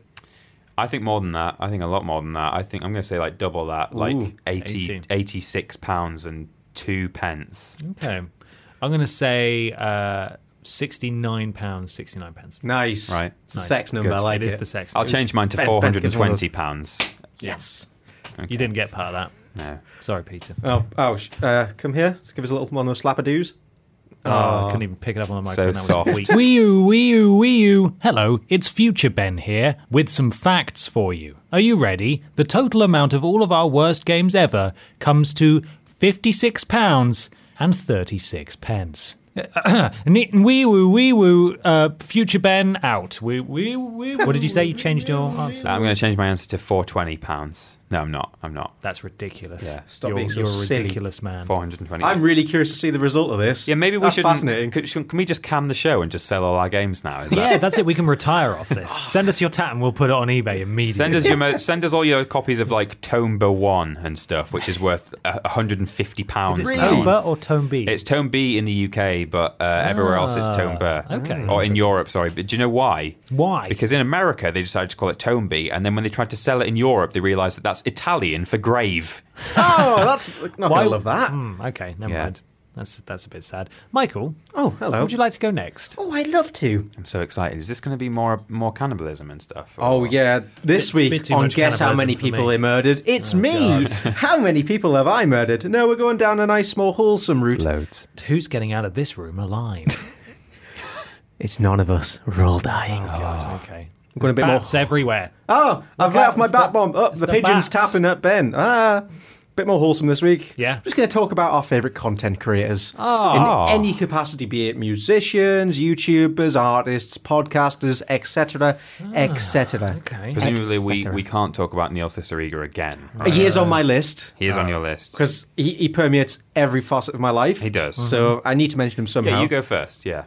S1: I think more than that. I think a lot more than that. I think I'm going to say like double that,
S3: Ooh,
S1: like 80,
S2: 80.
S1: 86 pounds and two pence.
S2: Okay, I'm going to say uh, sixty-nine pounds, sixty-nine pence.
S3: Nice.
S1: Right.
S3: It's the
S2: Nice.
S3: sex number.
S1: Good.
S3: I like
S2: it
S3: it.
S2: is the sex.
S1: I'll
S2: news.
S1: change mine to
S3: Ben-
S1: four
S3: Ben
S1: hundred and
S3: gives one of
S1: twenty pounds.
S2: Yes,
S1: Okay.
S2: you didn't get part of that.
S1: No.
S2: Sorry, Peter.
S3: Oh, oh sh- uh, come here. Let's give us a little one of those slapper doos.
S2: Oh, I couldn't even pick it up on the
S1: So
S2: microphone.
S1: soft.
S2: that was weak. wee you, wee you, wee you. Hello, it's Future Ben here with some facts for you. Are you ready? The total amount of all of our worst games ever comes to fifty-six pounds and thirty-six pence. Wee woo, wee woo. Uh, Future Ben out. Wee wee wee. What did you say? You changed your answer.
S1: I'm going to change my answer to four twenty pounds. No, I'm not. I'm not.
S2: That's ridiculous.
S1: Yeah,
S3: stop
S2: you're,
S3: being so
S2: you're a
S3: silly.
S2: ridiculous man.
S1: Four hundred and twenty.
S3: I'm really curious to see the result of this.
S1: yeah, maybe we
S3: That's
S1: should.
S3: Fascinating.
S1: Can, should- can we just can the show and just sell all our games now? Is that?
S2: Yeah, that's it. We can retire off this. Send us your tat and we'll put it on eBay immediately.
S1: Send us your mo- send us all your copies of like Tomba One and stuff, which is worth a hundred and fifty pounds.
S2: Is it
S3: Really?
S1: now.
S2: Tone B or Tone B?
S1: It's Tone B in the UK, but uh, everywhere else it's Tone B.
S3: Ah,
S2: okay.
S1: Or in Europe, sorry. But do you know why?
S2: Why?
S1: Because in America they decided to call it Tone B, and then when they tried to sell it in Europe, they realised that that's Italian for grave.
S3: oh, that's not
S2: Why-
S3: gonna love that.
S2: Hmm, okay, never
S1: Yeah.
S2: mind. That's that's a bit sad. Michael,
S3: Oh, hello.
S2: would you like to go next?
S3: oh, I'd love to.
S1: I'm so excited. Is this going to be more more cannibalism and stuff?
S3: Oh
S1: Or-
S3: yeah, this week
S2: bit too
S3: on
S2: much
S3: Guess How
S2: cannibalism
S3: Many
S2: for
S3: People
S2: me. Oh,
S3: They Murdered, it's me. How many people have I murdered? No, we're going down a nice, small, wholesome route.
S1: loads.
S2: Who's getting out of this room alive?
S3: It's none of us. We're all dying. Oh,
S2: God, okay.
S3: Going a bit more-
S2: bats everywhere.
S3: Ah, I've
S2: out,
S3: let off my
S2: it's
S3: bat
S2: the-
S3: bomb. Up,
S2: it's
S3: the,
S2: the
S3: pigeon's
S2: bats.
S3: tapping at Ben. Ah, bit more wholesome this week.
S2: Yeah.
S3: just going to talk about our favorite content creators in any capacity, be it musicians, YouTubers, artists, podcasters, etc., etc.
S2: Okay.
S1: Presumably, we,
S3: Etcetera.
S1: we can't talk about Neil Cicerega again. Right?
S3: He is on my list.
S1: He is on your list.
S3: because he, he permeates every facet of my life.
S1: He does.
S3: So I need to mention him somehow.
S1: Yeah, you go first. Yeah.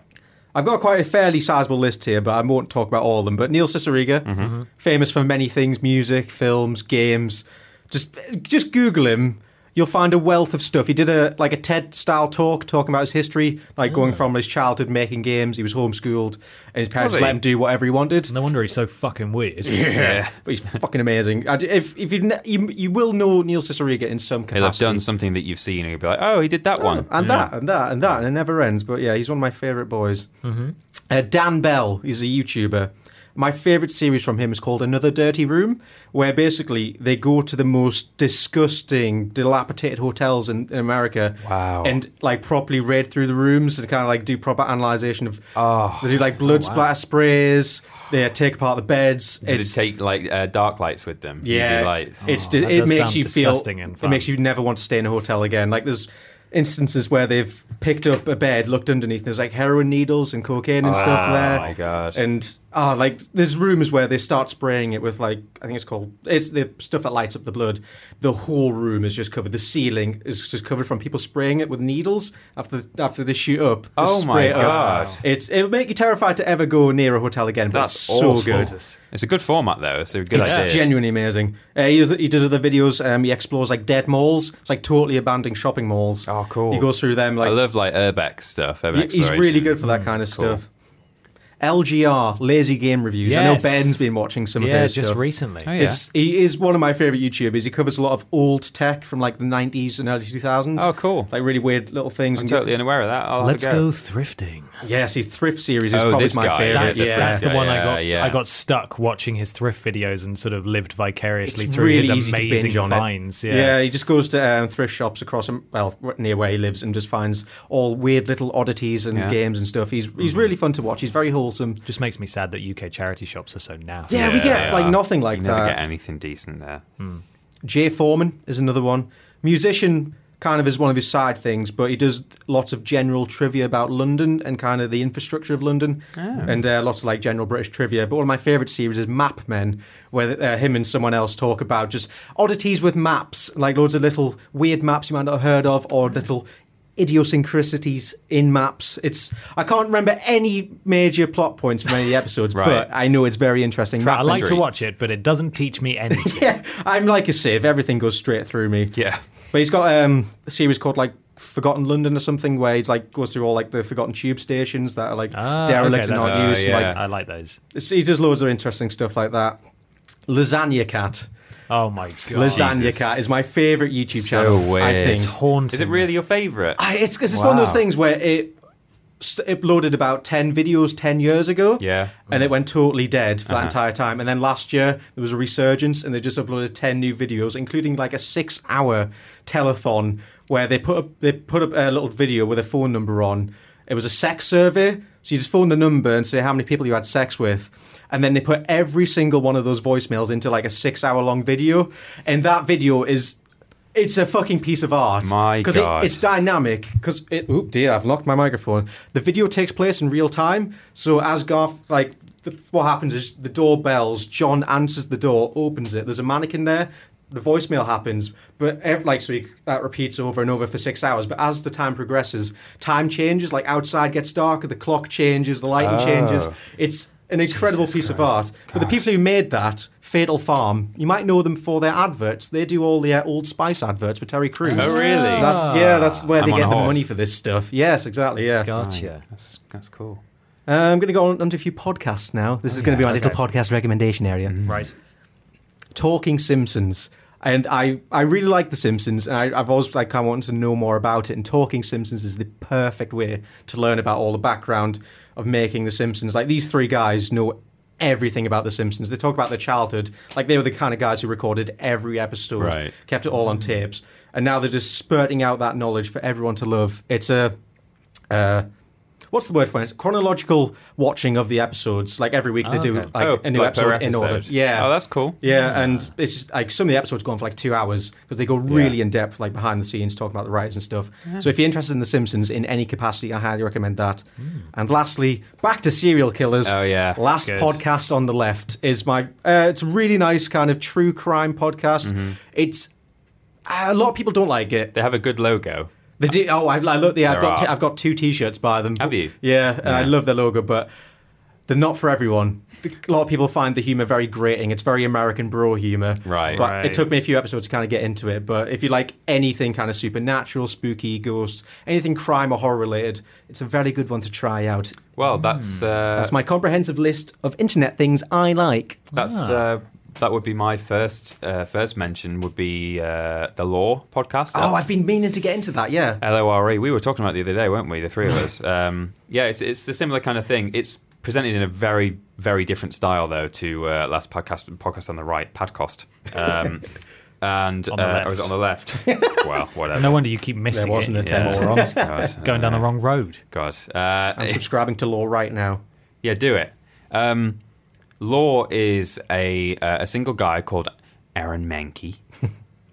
S3: I've got quite a fairly sizable list here, but I won't talk about all of them. But Neil Cicerega,
S1: Mm-hmm.
S3: famous for many things: music, films, games. Just just Google him. You'll find a wealth of stuff. He did a like a TED style talk talking about his history, like going from his childhood making games. He was homeschooled, and his parents
S1: Was
S3: just let
S1: he?
S3: him do whatever he wanted.
S2: No wonder he's so fucking weird.
S1: Yeah.
S3: But he's fucking amazing. I d if if you've ne- you you will know Neil Cicerega in some capacity.
S1: He'll have done something that you've seen, and you'll be like, "Oh, he did that one."
S3: and that and that and that and it never ends but yeah he's one of my favorite boys uh, dan bell he's a youtuber my favorite series from him is called another dirty room where basically they go to the most disgusting dilapidated hotels in, in america
S1: Wow.
S3: and like properly raid through the rooms and kind of like do proper analyzation of
S1: Ah.
S3: oh, they do like blood splatter sprays they take apart the beds
S1: Did
S3: It's-
S1: it take like uh, dark lights with them? UV lights.
S3: it's
S2: "Oh, that
S3: it
S2: does
S3: makes
S2: sound
S3: you feel
S2: disgusting and
S3: it
S2: fun.
S3: makes you never want to stay in a hotel again. Like there's instances where they've picked up a bed, looked underneath, and there's like heroin needles and cocaine and
S2: Ah,
S3: stuff there.
S1: my God.
S3: And ah, like there's rooms where they start spraying it with like I think it's called it's the stuff that lights up the blood. The whole room is just covered. The ceiling is just covered from people spraying it with needles after after they shoot up. They
S1: Oh, my
S3: spray it up.
S1: God.
S3: It's it'll make you terrified to ever go near a hotel again. But
S1: Oh, That's
S3: it's so
S1: awful.
S3: good.
S1: It's a good format though. It's a good
S3: It's
S1: idea.
S3: genuinely amazing. Uh, he, does, he does other videos. Um, he explores like dead malls. It's like totally abandoned shopping malls.
S1: Oh, cool.
S3: He goes through them.
S1: I
S3: Like
S1: love like urbex stuff. urban
S3: he- he's really
S1: exploration.
S3: good for that kind of
S1: it's Mm, cool.
S3: stuff. LGR, lazy game reviews. I know
S2: Yes.
S3: Ben's been watching some of
S2: Yeah,
S3: his
S2: just
S3: stuff.
S2: recently.
S1: yeah.
S3: It's- he is one of my favorite YouTubers. He covers a lot of old tech from like the 90s and early 2000s.
S1: Oh, cool.
S3: Like really weird little things.
S1: I'm
S3: and
S1: totally unaware of that. I'll have a
S2: Let's go thrifting.
S3: Yes, his thrift series is
S1: Oh,
S3: probably
S1: this
S3: my
S1: guy.
S3: favorite.
S2: That's,
S1: Yeah.
S2: that's the
S1: Yeah,
S2: one I
S1: yeah,
S2: got.
S1: yeah.
S2: I got stuck watching his thrift videos and sort of lived vicariously
S3: It's
S2: through
S3: really
S2: his
S3: easy to binge
S2: amazing
S3: on it.
S2: finds.
S3: Yeah. he just goes to um, thrift shops across, um, well, w- near where he lives, and just finds all weird little oddities and
S1: Yeah.
S3: games and stuff. He's he's
S2: Hmm.
S3: really fun to watch. He's very wholesome.
S2: Just makes me sad that UK charity shops are so naff.
S3: Yeah, we
S1: Yeah,
S3: get
S1: they
S3: like
S1: are.
S3: nothing
S1: You
S3: like
S1: never
S3: that. Hmm.
S1: get anything decent there.
S3: Jay Foreman is another one. Musician kind of is one of his side things, but he does lots of general trivia about London and kind of the infrastructure of London,
S2: Oh.
S3: and uh, lots of like general British trivia. But one of my favourite series is Map Men, where uh, him and someone else talk about just oddities with maps, like loads of little weird maps you might not have heard of, or little idiosyncrasies in maps. It's I can't remember any major plot points from any of the episodes,
S1: Right.
S3: but I know it's very interesting.
S2: I like to
S1: Boundaries.
S2: watch it, but it doesn't teach me anything.
S3: yeah, I'm like a sieve. Everything goes straight through me.
S1: Yeah.
S3: But he's got um, a series called like Forgotten London or something, where he's like goes through all like the forgotten tube stations that are like
S2: Ah,
S3: derelict
S2: okay,
S3: and
S2: that's-
S3: aren't
S1: uh,
S3: used.
S1: yeah.
S3: Like
S2: I like those.
S3: it's- he does loads of interesting stuff like that. Lasagna Cat,
S2: Oh my god!
S3: Lasagna
S1: Jesus.
S3: Cat is my favorite YouTube
S1: So
S3: channel. I
S1: weird.
S3: think
S2: It's haunting.
S1: Is it really your favourite?
S3: I, it's 'cause it's one of those
S1: Wow.
S3: things where it st- uploaded about 10 videos 10 years ago.
S1: Yeah. Uh-huh.
S3: And it went totally dead for that entire time. And then last year, there was a resurgence and they just uploaded 10 new videos, including like a six hour telethon where they put up, they put up a little video with a phone number on. It was a sex survey. So you just phone the number and say how many people you had sex with. And then they put every single one of those voicemails into like a six hour long video. And that video is. It's a fucking piece of art.
S1: My
S3: 'Cause it-
S1: God.
S3: it's dynamic because it. Oop, dear, I've locked my microphone. The video takes place in real time, so as Garth like. The, what happens is the door bells. John answers the door, opens it. There's a mannequin there. The voicemail happens, but ev- like so, he, that repeats over and over for six hours. But as the time progresses, time changes. Like outside gets darker, the clock changes, the lighting changes. It's an incredible piece of art. But the people who made that, Fatal Farm, you might know them for their adverts. They do all the uh, Old Spice adverts with Terry Crews.
S1: Oh, really?
S3: So that's yeah, that's where
S1: I'm
S3: they
S1: on a
S3: get the
S1: horse.
S3: money for this stuff. Yes, exactly. Yeah,
S2: Gotcha.
S1: That's, that's cool.
S3: Uh, I'm going to go on, on to a few podcasts now. This is going to be my little podcast recommendation area.
S1: Mm-hmm.
S2: Right.
S3: Talking Simpsons. And I, I really like The Simpsons, and I, I've always like kind of wanted to know more about it. And Talking Simpsons is the perfect way to learn about all the background of making The Simpsons. Like these three guys know everything about The Simpsons. They talk about their childhood. Like they were the kind of guys who recorded every episode,
S1: Right.
S3: kept it all on tapes, and now they're just spurting out that knowledge for everyone to love. It's a uh, what's the word for it? It's chronological watching of the episodes. Like every week they do
S2: okay.
S3: like
S1: oh,
S3: a new
S1: like per
S3: episode, in order.
S1: episode.
S3: Yeah.
S1: Oh, that's cool.
S3: yeah, and it's just, like some of the episodes go on for like two hours because they go really in depth, like behind the scenes, talking about the writers and stuff. So if you're interested in The Simpsons in any capacity, I highly recommend that. And lastly, back to serial killers.
S1: Oh, yeah.
S3: last
S2: Good.
S3: podcast on the left is my. Uh, it's a really nice kind of true crime podcast. It's a lot of people don't like it.
S1: They have a good logo.
S3: They do. Oh, I, I look. Yeah, I've
S1: There
S3: got.
S1: are.
S3: T- I've got two T-shirts by them.
S1: Have you?
S3: Yeah, and I
S1: Yeah.
S3: love their logo, but they're not for everyone. A lot of people find the humor very grating. It's very American bro humor.
S1: Right.
S3: But
S2: Right.
S3: it took me a few episodes to kind of get into it. But if you like anything kind of supernatural, spooky, ghosts, anything crime or horror related, it's a very good one to try out.
S1: Well, that's uh,
S3: That's my comprehensive list of internet things I like.
S1: That's uh, that would be my first uh, first mention would be uh, the Law podcast.
S3: Oh, I've been meaning to get into that. Yeah.
S1: L O R E. We were talking about it the other day, weren't we? The three of us. um, yeah, it's it's a similar kind of thing. It's presented in a very very different style though to uh, last podcast podcast on the right podcast. Um, and
S2: On the
S1: uh,
S2: left.
S1: or is it on the left? well, whatever.
S2: No wonder you keep missing
S3: There was an
S2: it.
S3: attempt.
S2: Yeah. Moron.
S1: God,
S2: Going down the
S1: uh,
S2: wrong road.
S1: God. Uh,
S3: I'm subscribing to Law right now.
S1: Yeah, do it. Um, Law is a uh, a single guy called Aaron Mankey. Mankey.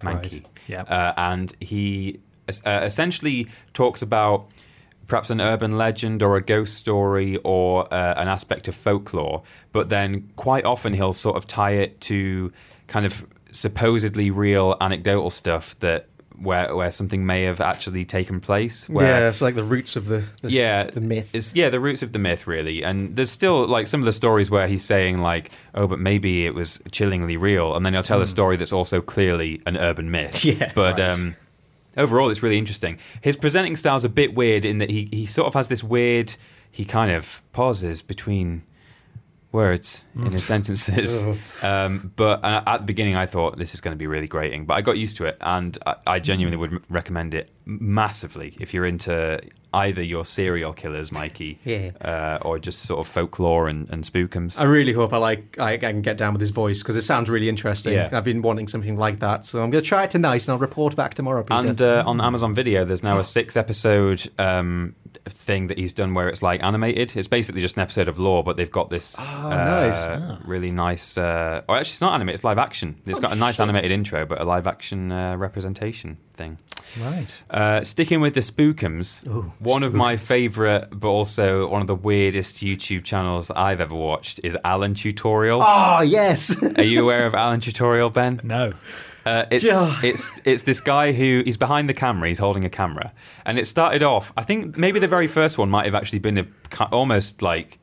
S2: Right. Yeah.
S1: Uh, and he es- uh, essentially talks about perhaps an urban legend or a ghost story or uh, an aspect of folklore, but then quite often he'll sort of tie it to kind of supposedly real anecdotal stuff that where where something may have actually taken place. Where
S3: yeah, it's like the roots of the, the
S1: yeah,
S3: the myth.
S1: It's yeah, the roots of the myth really. And there's still like some of the stories where he's saying like, oh, but maybe it was chillingly real, and then he'll tell a story that's also clearly an urban myth.
S3: Hmm. Yeah,
S1: but
S3: right.
S1: um, overall, it's really interesting. His presenting style's a bit weird in that he he sort of has this weird. He kind of pauses between words in his sentences. um, but uh, at the beginning, I thought this is going to be really grating, but I got used to it, and I, I genuinely would m- recommend it massively if you're into either your serial killers, Mikey,
S3: Yeah.
S1: uh, or just sort of folklore and, and spookums.
S3: I really hope I like I, I can get down with his voice because it sounds really interesting.
S1: Yeah.
S3: I've been wanting something like that, so I'm going to try it tonight and I'll report back tomorrow, Peter.
S1: And uh, on Amazon Video, there's now a six episode um, thing that he's done where it's like animated. It's basically just an episode of Law, but they've got this
S3: nice.
S1: uh, really nice. oh, Uh, or actually, it's not animated, it's live action. It's got a nice animated intro, but a live action uh, representation. thing.
S2: Right.
S1: Uh, sticking with the Spookums, one of my favourite, but also one of the weirdest YouTube channels I've ever watched is Alan Tutorial.
S3: Oh, yes.
S1: Are you aware of Alan Tutorial, Ben?
S2: No.
S1: Uh, it's
S3: Yeah.
S1: it's it's this guy who he's behind the camera. He's holding a camera, and it started off. I think maybe the very first one might have actually been a ki- almost like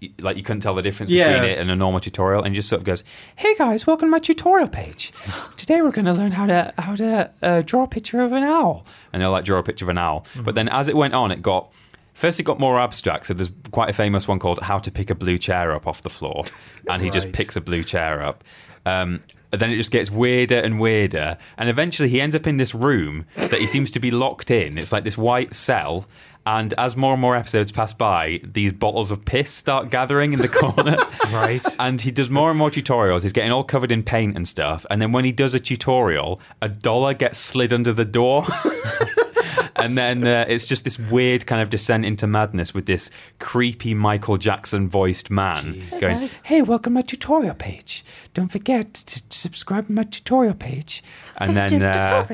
S1: y- like you couldn't tell the difference
S3: Yeah.
S1: between it and a normal tutorial, and he just sort of goes, "Hey guys, welcome to my tutorial page. Today we're going to learn how to how to uh, draw a picture of an owl." And they'll like draw a picture of an owl,
S2: Mm-hmm.
S1: but then as it went on, it got. First, it got more abstract. So there's quite a famous one called "How to Pick a Blue Chair Up Off the Floor," and he just
S2: Right.
S1: picks a blue chair up. Um, and then it just gets weirder and weirder. And eventually he ends up in this room that he seems to be locked in. It's like this white cell. And as more and more episodes pass by, these bottles of piss start gathering in the corner.
S2: Right.
S1: And he does more and more tutorials. He's getting all covered in paint and stuff. And then when he does a tutorial, a dollar gets slid under the door. and then uh, it's just this weird kind of descent into madness with this creepy Michael Jackson voiced man going, "Hey, welcome to my tutorial page. Don't forget to subscribe to my tutorial page." And then uh,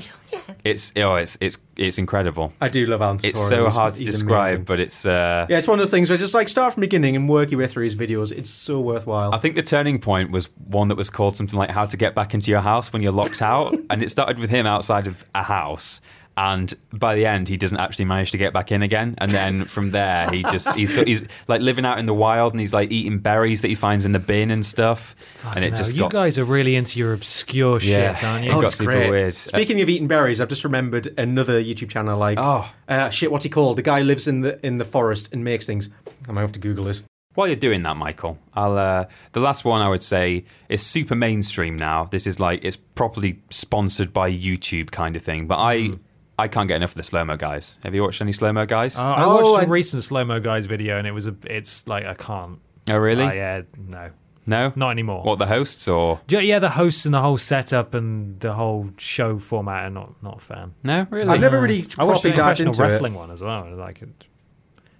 S1: it's oh, it's it's it's incredible.
S3: I do love Alan Tutorial.
S1: It's so
S3: He's-
S1: hard to
S3: he's
S1: describe,
S3: amazing.
S1: but it's. Uh,
S3: Yeah, it's one of those things where just like start from beginning and work your way through his videos. It's so worthwhile.
S1: I think the turning point was one that was called something like "How to Get Back into Your House When You're Locked Out," and it started with him outside of a house. And by the end, he doesn't actually manage to get back in again. And then from there, he just he's, so, he's like living out in the wild, and he's like eating berries that he finds in the bin and stuff. and it
S2: No,
S1: just
S2: you
S1: got
S2: guys are really into your obscure
S1: Yeah.
S2: shit, aren't you?
S1: It got
S3: it's
S1: super weird.
S3: Speaking of eating berries, I've just remembered another YouTube channel. Like,
S1: Oh.
S3: uh, shit, what's he called? The guy lives in the in the forest and makes things. I might have to Google this.
S1: While you're doing that, Michael, I'll uh, the last one I would say is super mainstream now. This is like it's properly sponsored by YouTube kind of thing. But I
S2: Hmm.
S1: I can't get enough of the slow mo guys. Have you watched any slow mo guys?
S2: Uh, I
S3: Oh,
S2: watched a
S3: I-
S2: recent slow mo guys video, and it was a. It's like I can't.
S1: oh really?
S2: I, uh, no.
S1: No,
S2: Not anymore.
S1: What the hosts or
S2: Ju- Yeah, the hosts and the whole setup and the whole show format are not not a fan.
S1: no? Really?
S3: I've never really
S2: I watched the
S3: properly dived
S2: professional
S3: into
S2: wrestling one as well. and, Like, it,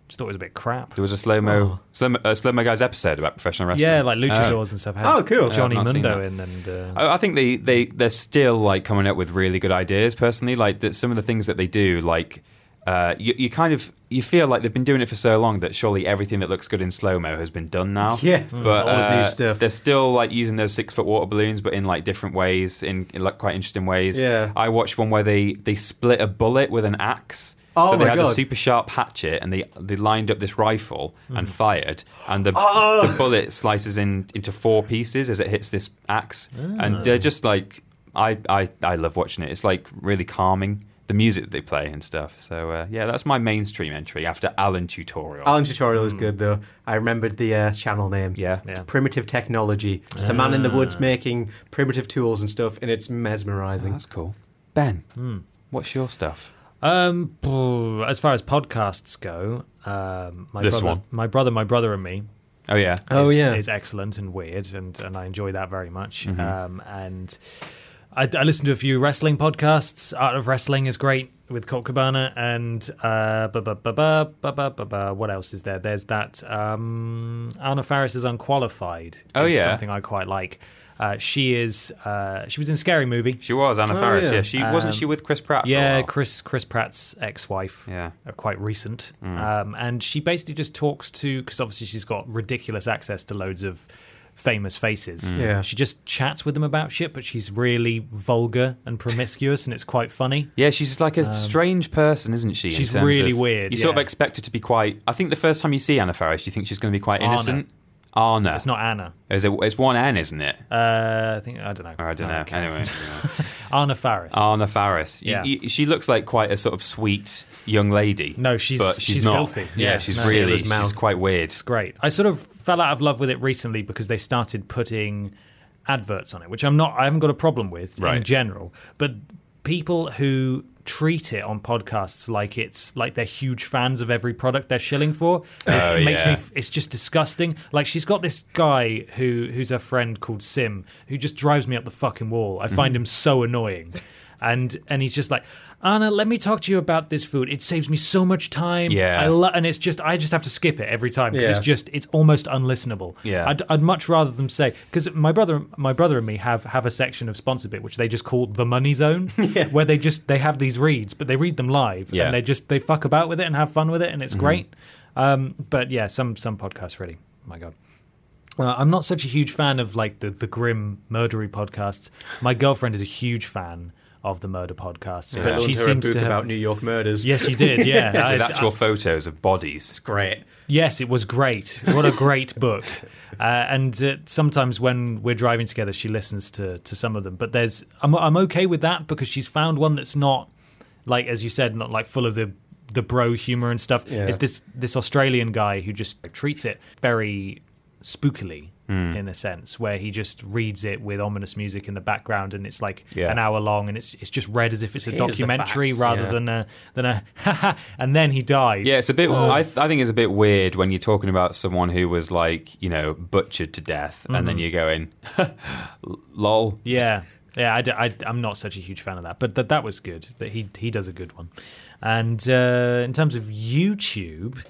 S2: just thought it was a bit crap.
S1: There was a slow mo slow mo uh, slow mo guys episode about professional wrestling.
S2: Oh. Yeah, like
S1: Oh.
S2: luchadors and stuff. Had
S3: Oh, cool.
S2: Johnny
S1: Yeah, I've not seen
S2: Mundo
S1: that.
S2: in and uh,
S1: I I think they, they they're still like coming up with really good ideas. Personally, like that some of the things that they do, like uh, you, you kind of you feel like they've been doing it for so long that surely everything that looks good in slow mo has been done now.
S3: Yeah, Mm. there's
S1: but
S3: always new
S1: uh,
S3: stuff.
S1: They're still like using those six foot water balloons, but in like different ways, in, in like quite interesting ways.
S3: Yeah.
S1: I watched one where they they split a bullet with an axe.
S3: Oh
S1: so they
S3: my
S1: had a
S3: God.
S1: super sharp hatchet, and they they lined up this rifle and fired, and the, the bullet slices in into four pieces as it hits this axe, and they're just like I, I I love watching it. It's like really calming. The music that they play and stuff. So uh, yeah, that's my mainstream entry after Alan tutorial.
S3: Alan Tutorial is good though. I remembered the uh, channel name.
S1: Hmm. Yeah.
S3: It's
S2: Yeah. Ah.
S3: Primitive Technology. Just a man in the woods making primitive tools and stuff, and it's mesmerizing.
S1: that's cool. Ben, what's your stuff?
S2: Um, pff, as far as podcasts go, um, my
S1: This
S2: brother,
S1: one.
S2: my brother, my brother and me.
S1: Oh yeah. Mm-hmm.
S2: is, is excellent and weird, and and I enjoy that very much. Um, and I, I listen to a few wrestling podcasts. Art of Wrestling is great with Colt Cabana, and uh, ba ba ba ba ba ba ba ba. What else is there? There's that um, Anna Faris is unqualified.
S1: Oh,
S2: is
S1: yeah.
S2: something I quite like. Uh, she is. Uh, she was in Scary Movie.
S1: She was Anna Faris.
S3: yeah.
S1: Yeah, she wasn't she with Chris Pratt? for a
S2: Yeah,
S1: while?
S2: Chris Chris Pratt's ex-wife.
S1: Yeah. Mm.
S2: uh, quite recent. Um, and she basically just talks to because obviously she's got ridiculous access to loads of famous faces.
S1: Mm.
S3: Yeah.
S2: she just chats with them about shit, but she's really vulgar and promiscuous, and it's quite funny.
S1: Yeah, she's like a strange person, isn't she? in
S2: Um, she's
S1: terms
S2: really
S1: of-
S2: weird,
S1: You sort of
S2: yeah.
S1: expect her to be quite. I think the first time you see Anna Faris, you think she's going to be quite
S2: Anna.
S1: innocent. Anna.
S2: It's not Anna.
S1: Is it, it's one N, isn't it?
S2: Uh, I think I don't know.
S1: Or Oh, I don't know.
S2: Okay.
S1: Anyway,
S2: Anna Faris.
S1: Anna Faris. You-
S2: Yeah.
S1: you- she looks like quite a sort of sweet young lady.
S2: No, she's-
S1: but she's,
S2: she's
S1: not.
S2: filthy.
S1: Yeah,
S2: Yeah.
S1: she's
S2: No.
S1: really.
S3: Sailor's
S1: She's
S3: mouth.
S1: quite weird.
S2: great. I sort of fell out of love with it recently because they started putting adverts on it, which I'm not I haven't got a problem with in
S1: Right.
S2: general. But people who treat it on podcasts like it's like they're huge fans of every product they're shilling for. it makes
S1: Oh, yeah.
S2: me f- it's just disgusting. Like she's got this guy
S1: Mm-hmm.
S2: who who's her friend called Sim who just drives me up the fucking wall. I find him so annoying. and and he's just like. Anna, let me talk to you about this food. It saves me so much time.
S1: Yeah.
S2: I lo- and it's just I just have to skip it every time because it's
S3: Yeah.
S2: just it's almost unlistenable.
S1: Yeah.
S2: I'd, I'd much rather them say because my brother, my brother and me have have a section of sponsored bit which they just call the money zone, where they just they have these reads, but they read them live
S1: Yeah. Mm-hmm.
S2: and they just they fuck about with it and have fun with it, and it's great. Um, but yeah, some some podcasts really, my god. Uh, I'm not such a huge fan of like the the grim murdery podcasts. My girlfriend is a huge fan of the murder podcasts,
S1: Yeah.
S2: but she seems
S3: a book
S2: to have.
S3: about New York murders.
S2: yes, she did. Yeah, I-
S1: with
S2: I-
S1: actual photos of bodies.
S3: Great.
S2: Yes, it was great. What a great book. Uh, and uh, sometimes when we're driving together, she listens to to some of them. But there's I'm I'm okay with that because she's found one that's not like as you said, not like full of the the bro humor and stuff.
S3: Yeah.
S2: It's this this Australian guy who just like, treats it very spookily
S3: Hmm.
S2: in a sense, where he just reads it with ominous music in the background, and it's like
S1: Yeah.
S2: an hour long, and it's it's just read as if it's a
S3: Here's the
S2: documentary
S3: facts,
S2: rather
S3: yeah.
S2: than a than a ha ha. And then he died.
S1: Yeah, it's a bit.
S2: Oh.
S1: I, th- I think it's a bit weird when you're talking about someone who was like, you know, butchered to death, and then you're going, lol.
S2: Mm-hmm. Yeah, yeah. I, am not such a huge fan of that, but that that was good. That he he does a good one. And uh, in terms of YouTube,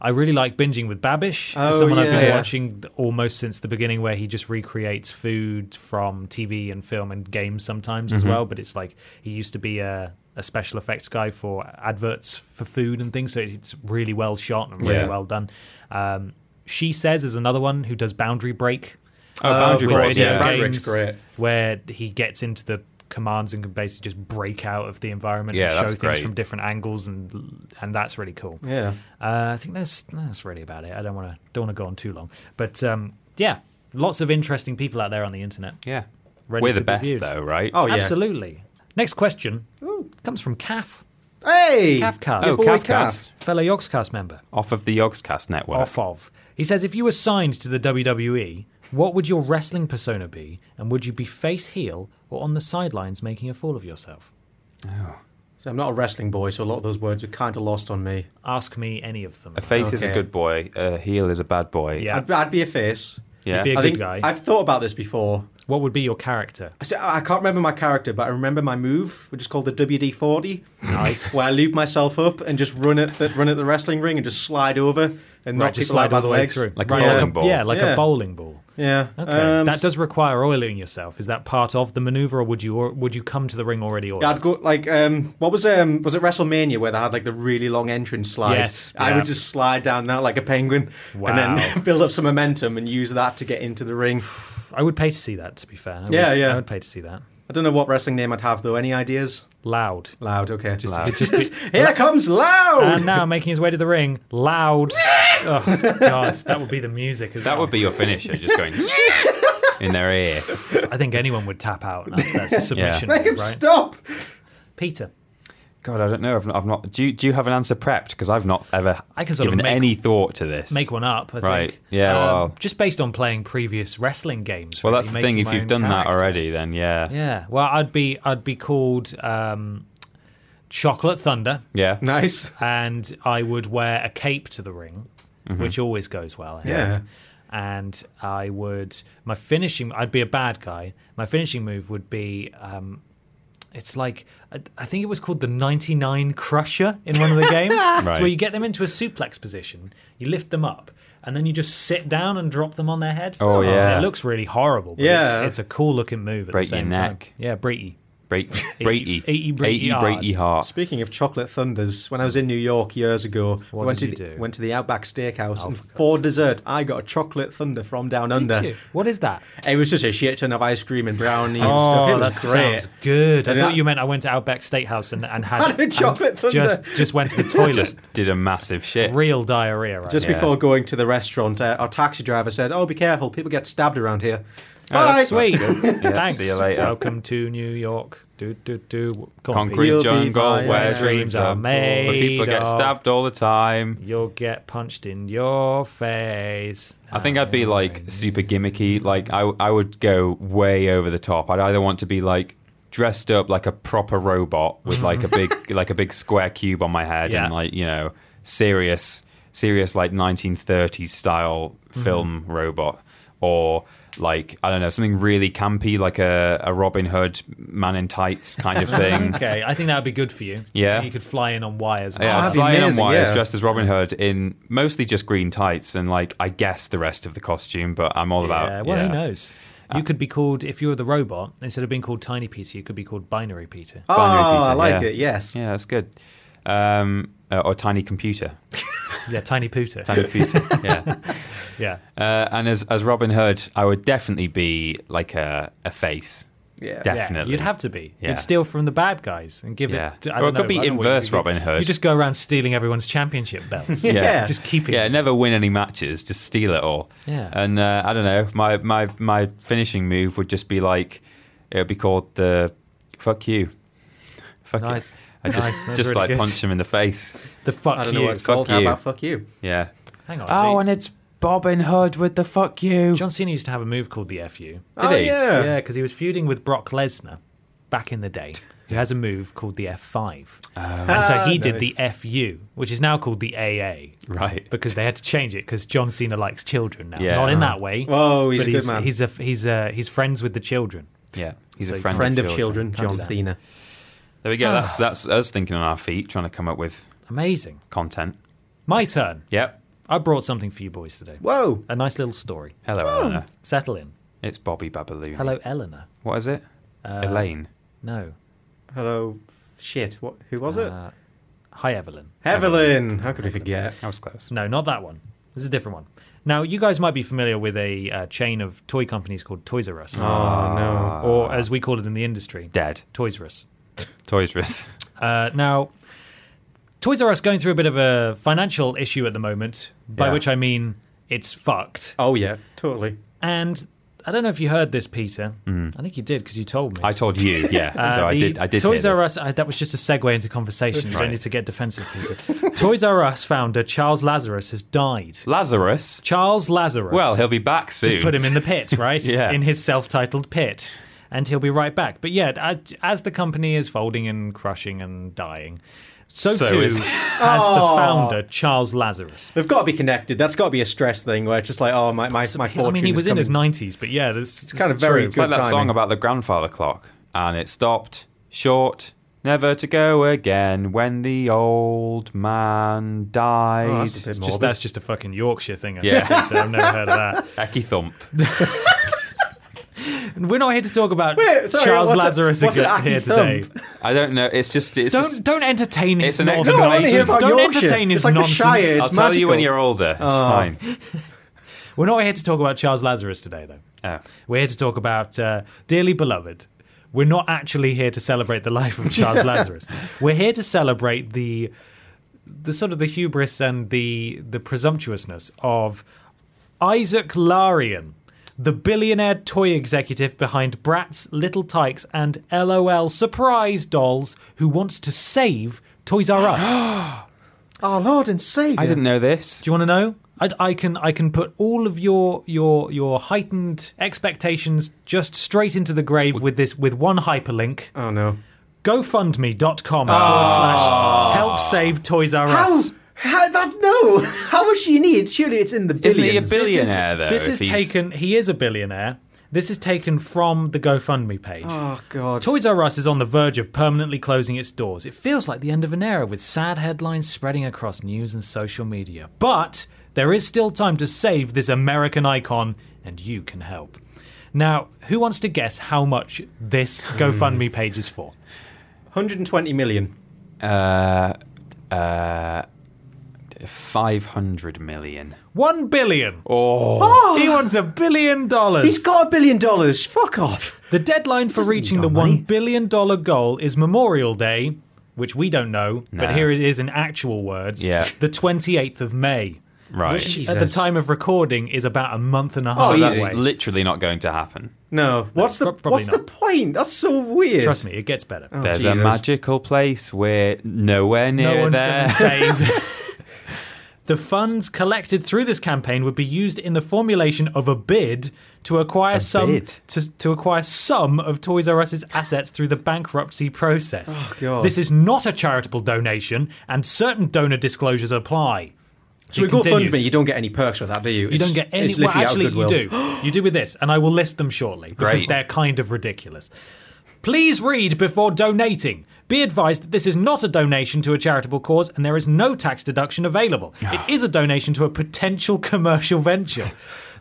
S2: I really like binging with Babish.
S3: Oh,
S2: someone I've been
S3: yeah.
S2: watching th- almost since the beginning, where he just recreates food from TV and film and games sometimes
S3: Mm-hmm.
S2: as well. But it's like he used to be a a special effects guy for adverts for food and things, so it's really well shot and really
S1: Yeah.
S2: well done. Um, she says is another one who does Boundary Break
S1: Oh,
S2: Uh,
S1: boundary
S3: great,
S1: Bros,
S2: video
S3: yeah. Boundary
S2: games
S3: Break's great.
S2: where he gets into the commands and can basically just break out of the environment
S1: Yeah,
S2: and show
S1: that's
S2: things
S1: great.
S2: from different angles and and that's really cool.
S3: Yeah.
S2: Uh, I think that's that's really about it. I don't want to don't want to go on too long, but um, yeah, lots of interesting people out there on the internet.
S1: Yeah,
S2: Ready
S1: we're
S2: to
S1: the
S2: be
S1: best
S2: viewed.
S1: though, right?
S3: Oh yeah.
S2: Absolutely. Next question comes from Caf,
S3: Hey.
S2: Cafcast.
S3: Your
S1: Oh,
S3: boy
S1: Cafcast.
S3: Caf.
S2: fellow Yogscast member.
S1: off of the Yogscast network.
S2: off of. He says, if you were signed to the WWE, what would your wrestling persona be, and would you be face heel or on the sidelines making a fool of yourself?
S3: So I'm not a wrestling boy, so a lot of those words were kind of lost on me.
S2: Ask me any of them.
S1: A face is a
S3: Okay.
S1: good boy. A heel is a bad boy.
S2: Yeah.
S3: I'd, I'd be a face.
S1: yeah.
S2: You'd be a
S3: I
S2: good
S3: think
S2: guy.
S3: I've thought about this before.
S2: What would be your character?
S3: I said- I can't remember my character, but I remember my move, which is called the WD40,
S2: Nice.
S3: where I loop myself up and just run at the, run at the wrestling ring and just slide over and
S2: Right,
S3: knock
S2: just
S3: people out
S2: slide
S3: by
S2: all
S3: the
S2: the way
S3: legs.
S2: through.
S1: Like
S2: Right,
S1: a
S2: like
S1: bowling
S2: a-
S1: ball.
S2: Yeah, like a
S3: Yeah.
S2: bowling ball.
S3: Yeah.
S2: Okay,
S3: um,
S2: that does require oiling yourself. Is that part of the maneuver, or would you or would you come to the ring already oiled?
S3: Yeah, I'd go like um, what was um was it WrestleMania where they had like the really long entrance slide?
S2: Yes,
S3: I
S2: yeah.
S3: would just slide down that like a penguin, and
S2: Wow.
S3: then build up some momentum and use that to get into the ring.
S2: I would pay to see that. To be fair, I
S3: Yeah,
S2: would,
S3: yeah.
S2: I would pay to see that.
S3: I don't know what wrestling name I'd have though. Any ideas?
S2: Loud.
S3: Loud, okay. Just,
S1: Loud.
S3: just- here comes loud.
S2: And now making his way to the ring, loud. oh, God, that would be the music. As
S1: That would be your finisher, just going in their ear.
S2: I think anyone would tap out. That's, that's a submission,
S3: Make him
S2: right?
S3: stop.
S2: Peter.
S1: God, I don't know. I've not. I've not do, you, do you have an answer prepped? Because I've not ever
S2: I can sort of
S1: given
S2: make-
S1: any thought to this.
S2: Make one up, I
S1: Right.
S2: think. Um,
S1: Yeah, well-
S2: Just based on playing previous wrestling games.
S1: Well,
S2: really,
S1: that's the
S2: making
S1: thing. If
S2: my
S1: you've
S2: own
S1: done that
S2: character.
S1: already, then yeah,
S2: Yeah. Well, I'd be I'd be called um, Chocolate Thunder,
S1: yeah.
S3: Nice.
S2: and I would wear a cape to the ring,
S1: Mm-hmm.
S2: which always goes well. I think.
S3: Yeah.
S2: and I would my finishing. I'd be a bad guy. My finishing move would be. Um, it's like I, I think it was called the 99 Crusher in one of the games. It's where you get them into a suplex position, you lift them up, and then you just sit down and drop them on their head.
S1: Oh,
S2: And
S1: yeah.
S2: it looks really horrible. But
S3: Yeah.
S2: it's, it's a cool looking move. At
S1: Break
S2: the
S1: your
S2: same
S1: neck.
S2: Time. Yeah, break you.
S1: Break,
S2: Eighty-
S1: breaky,
S2: eighty breaky hard.
S1: breaky heart.
S3: Speaking of chocolate thunders, when I was in New York years ago, I went
S2: did
S3: to
S2: you
S3: the,
S2: do? Oh,
S3: went to the Outback Steakhouse, and
S2: for God's
S3: for dessert, I got a chocolate thunder from down under.
S2: Thank you. What is that?
S3: It was just a shit ton of ice cream and brownie and stuff.
S2: Oh,
S3: It
S2: that
S3: was great.
S2: sounds good. I
S3: Yeah.
S2: thought you meant I went to Outback Steakhouse and, and had
S3: Had a chocolate
S2: and
S3: thunder.
S2: Just just went to the toilet.
S1: Just did a massive shit.
S2: Real diarrhea, right?
S3: Just
S1: Yeah.
S3: before going to the restaurant, uh, our taxi driver said, "Oh, be careful! People get stabbed around here."
S1: Oh,
S3: Bye.
S1: that's sweet.
S2: Sweet.
S1: Yeah,
S2: Thanks.
S1: see you later.
S2: Welcome to New York. Do do do. Come on,
S1: Concrete
S2: Pete.
S3: You'll be
S1: jungle
S3: my
S1: where
S3: dreams
S1: dreams are
S2: are
S1: made. But people
S2: made
S1: get
S2: of.
S1: stabbed all the time.
S2: You'll get punched in your face. Ah,
S1: I think I'd be like super gimmicky. Like I, I would go way over the top. I'd either want to be like dressed up like a proper robot with like a big like a big square cube on my head
S2: Yeah.
S1: and like you know
S2: Mm-hmm.
S1: serious serious like 1930s style film robot or like I don't know something really campy, like a, a Robin Hood man in tights kind of thing.
S2: Okay, I think that would be good for you.
S1: Yeah.
S2: you could fly in on wires. and
S1: Yeah,
S3: Oh,
S2: stuff.
S3: that'd be
S1: flying
S3: amazing,
S1: on wires,
S3: yeah.
S1: dressed as Robin Hood in mostly just green tights and like I guess the rest of the costume, but I'm all
S2: yeah,
S1: about.
S2: well,
S1: yeah.
S2: who knows? You could be called if you were the robot instead of being called Tiny Peter, you could be called Binary Peter.
S3: Oh,
S1: Binary Peter,
S3: I like
S1: yeah.
S3: it. Yes.
S1: Yeah, that's good. Um, uh, or tiny computer,
S2: Yeah, Tiny Peter.
S1: tiny computer. yeah.
S2: yeah,
S1: Uh, and as as Robin Hood, I would definitely be like a a face.
S3: Yeah.
S2: Yeah,
S1: definitely.
S2: you'd have to be.
S1: Yeah.
S2: You'd steal from the bad guys and give
S1: Yeah.
S2: it. I
S1: Or it
S2: don't know,
S1: could be
S2: I don't know what you
S1: inverse
S2: do.
S1: Robin Hood.
S2: You just go around stealing everyone's championship belts.
S3: Yeah.
S2: just keep it.
S1: Yeah, never win any matches, just steal it all.
S2: Yeah.
S1: And uh, I don't know, my, my my finishing move would just be like it would be called the fuck you. Fuck you.
S2: Nice.
S1: I just
S2: Nice, that's
S1: just
S2: really
S1: like
S2: good.
S1: punch him in the face.
S2: The fuck
S3: I don't
S2: you.
S3: know what it's
S1: fuck
S3: called. How
S1: you.
S3: about fuck you?
S1: Yeah.
S2: Hang on.
S1: Oh,
S2: the-
S1: and it's Bobbin Hood with the fuck you.
S2: John Cena used to have a move called the FU.
S3: oh
S1: he?
S3: yeah.
S2: Yeah, because he was feuding with Brock Lesnar back in the day, who has a move called the F5.
S1: Oh.
S2: and so he
S3: Ah,
S2: did
S3: nice.
S2: the FU, which is now called the AA.
S1: Right.
S2: Because they had to change it because John Cena likes children now.
S1: Yeah.
S2: Not in
S1: Ah.
S2: that way.
S3: Whoa, he's
S2: but
S3: a good
S2: he's,
S3: man.
S2: He's, a, he's, a, he's friends with the children.
S1: Yeah. He's
S2: So
S1: a friend,
S3: Friend of children, John
S2: down.
S3: Cena.
S1: There we
S2: Ah.
S1: go. That's that's us thinking on our feet, trying to come up with
S2: Amazing.
S1: content.
S2: My turn.
S1: Yep.
S2: I brought something for you boys today.
S3: Whoa.
S2: A nice little story.
S1: Hello, Eleanor.
S2: Settle in.
S1: It's Bobby Babaloon.
S2: Hmm. Hello, Uh, Eleanor.
S1: What is it? Elaine.
S2: No.
S3: Hello. Shit. What? Who was it?
S2: Uh, hi, Evelyn.
S3: Evelyn. How could we forget?
S1: That was close.
S2: No, not that one. This is a different one. Now, you guys might be familiar with a uh, chain of toy companies called Toys R Us,
S3: Oh no.
S2: or as we call it in the industry,
S1: Dead.
S2: Toys R Us.
S1: Toys R Us.
S2: Uh, now, Toys R Us going through a bit of a financial issue at the moment, by
S1: Yeah.
S2: which I mean it's fucked.
S3: Oh yeah. Totally.
S2: And I don't know if you heard this, Peter. I think you did because you told me.
S1: I told you, yeah.
S2: Uh,
S1: so I
S2: the
S1: did. I did.
S2: Toys
S1: hear
S2: R
S1: this.
S2: Us. I, that was just a segue into conversation. You
S1: Right.
S2: don't need to get defensive, Peter. Toys R Us founder Charles Lazarus has died.
S1: Lazarus.
S2: Charles Lazarus.
S1: Well, he'll be back soon.
S2: just put him in the pit, right?
S1: Yeah.
S2: In his self-titled pit, and he'll be right back. But yeah, I- as the company is folding and crushing and dying, so,
S1: So
S2: too
S1: is-
S2: has the founder Charles Lazarus.
S3: They've got to be connected. That's got to be a stress thing where it's just like, oh my my, my fortune.
S2: I mean, he
S3: is
S2: was in his
S3: coming-
S2: nineties, but yeah, this it's
S3: kind of very
S2: true.
S1: It's like
S3: Good
S1: that song
S3: timing.
S1: about the grandfather clock, and it stopped short. Never to go again when the old man died.
S3: Oh, that's a bit
S2: Just,
S3: morbid.
S2: that's just a fucking Yorkshire thing. I
S1: Yeah.
S2: think, so I've never heard of that.
S1: Ecky thump.
S2: And we're not here to talk about
S3: Wait, sorry,
S2: Charles
S3: what's a-
S2: Lazarus
S3: what's an
S2: again
S3: Aki
S2: here today.
S1: I don't know. It's just. It's
S2: Don't
S1: just-
S2: don't entertain
S1: It's
S2: his
S1: an
S2: nonsense.
S1: exclamation. No, I
S3: wanna hear about
S2: don't
S3: Yorkshire.
S2: entertain his
S3: It's like a
S2: nonsense.
S3: shire.
S1: I'll
S3: it's
S1: tell you when
S3: magical.
S1: you're older. It's
S2: Oh,
S1: fine.
S2: We're not here to talk about Charles Lazarus today, though.
S1: Oh.
S2: We're here to talk about uh, Dearly Beloved. We're not actually here to celebrate the life of Charles Lazarus. We're here to celebrate the the sort of the hubris and the the presumptuousness of Isaac Larian, the billionaire toy executive behind Bratz, Little Tykes, and LOL Surprise Dolls, who wants to save Toys R Us.
S3: Our Lord and Savior.
S1: I didn't know this.
S2: Do you want to know? I, I can I can put all of your your your heightened expectations just straight into the grave with this with one hyperlink.
S3: Oh no.
S1: Ah.
S2: GoFundMe.com forward slash help save Toys R
S3: How?
S2: Us.
S3: How that no? How much she need? Surely it's in the
S1: Isn't he a
S3: billions.
S2: This is-
S1: billionaire though?
S2: This
S1: if
S2: is
S1: he's-
S2: taken. He is a billionaire. This is taken from the GoFundMe page.
S1: Ah.
S3: oh god.
S2: Toys R Us is on the verge of permanently closing its doors. It feels like the end of an era with sad headlines spreading across news and social media. But there is still time to save this American icon, and you can help. Now, who wants to guess how much this GoFundMe page is for?
S3: 120 million.
S1: five hundred million.
S2: One billion. He wants a billion dollars.
S3: Oh, He's got a billion dollars. Fuck off.
S2: The deadline for reaching the
S3: need our
S2: one
S3: money.
S2: billion dollar goal is Memorial Day, which we don't know, but
S1: No.
S2: here it is in actual words.
S1: Yeah.
S2: The twenty eighth of May.
S1: Right.
S2: Which at the
S3: Jesus.
S2: time of recording is about a month and a half
S3: Oh,
S1: So
S2: away.
S1: that's
S3: easy.
S1: literally not going to happen.
S3: No. What's the
S2: prob- probably
S3: What's the
S2: not.
S3: point? That's so weird.
S2: Trust me, it gets better.
S1: There's a
S3: Jesus.
S1: magical place where nowhere
S2: Oh, no
S1: near
S2: one's
S1: there.
S2: going to save. the funds collected through this campaign would be used in the formulation of a bid to acquire some
S1: bid?
S2: To, to acquire some of Toys R Us's assets through the bankruptcy process.
S3: Oh, God.
S2: This is not a charitable donation, and certain donor disclosures apply.
S3: So
S2: It
S3: with GoFundMe,
S2: continues.
S3: you don't get any perks with that, do you?
S2: You don't get any.
S3: It's
S2: Well,
S3: literally out of
S2: actually, you
S3: goodwill.
S2: do. You do with this, and I will list them shortly because
S1: Great.
S2: they're kind of ridiculous. Please read before donating. Be advised that this is not a donation to a charitable cause and there is no tax deduction available. It is a donation to a potential commercial venture.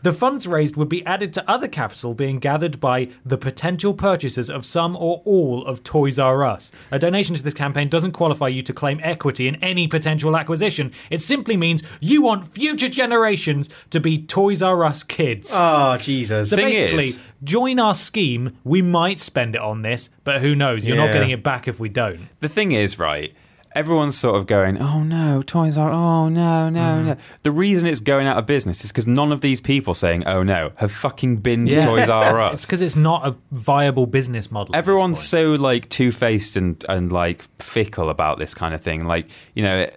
S2: The funds raised would be added to other capital being gathered by the potential purchasers of some or all of Toys R Us. A donation to this campaign doesn't qualify you to claim equity in any potential acquisition. It simply means you want future generations to be Toys R Us kids.
S3: Oh, Jesus.
S2: So
S1: Thing
S2: basically,
S1: is-
S2: join our scheme. We might spend it on this, but who knows? You're not
S3: Yeah.
S2: getting it back if we don't.
S1: The thing is, right, everyone's sort of going, oh no, Toys R oh no, no,
S2: Mm-hmm.
S1: no. The reason it's going out of business is because none of these people saying, oh no, have fucking been to Toys R
S2: It's
S1: Us.
S2: because it's not a viable business model. at this
S1: Everyone's
S2: point.
S1: so like two faced and, and like fickle about this kind of thing. Like, you know,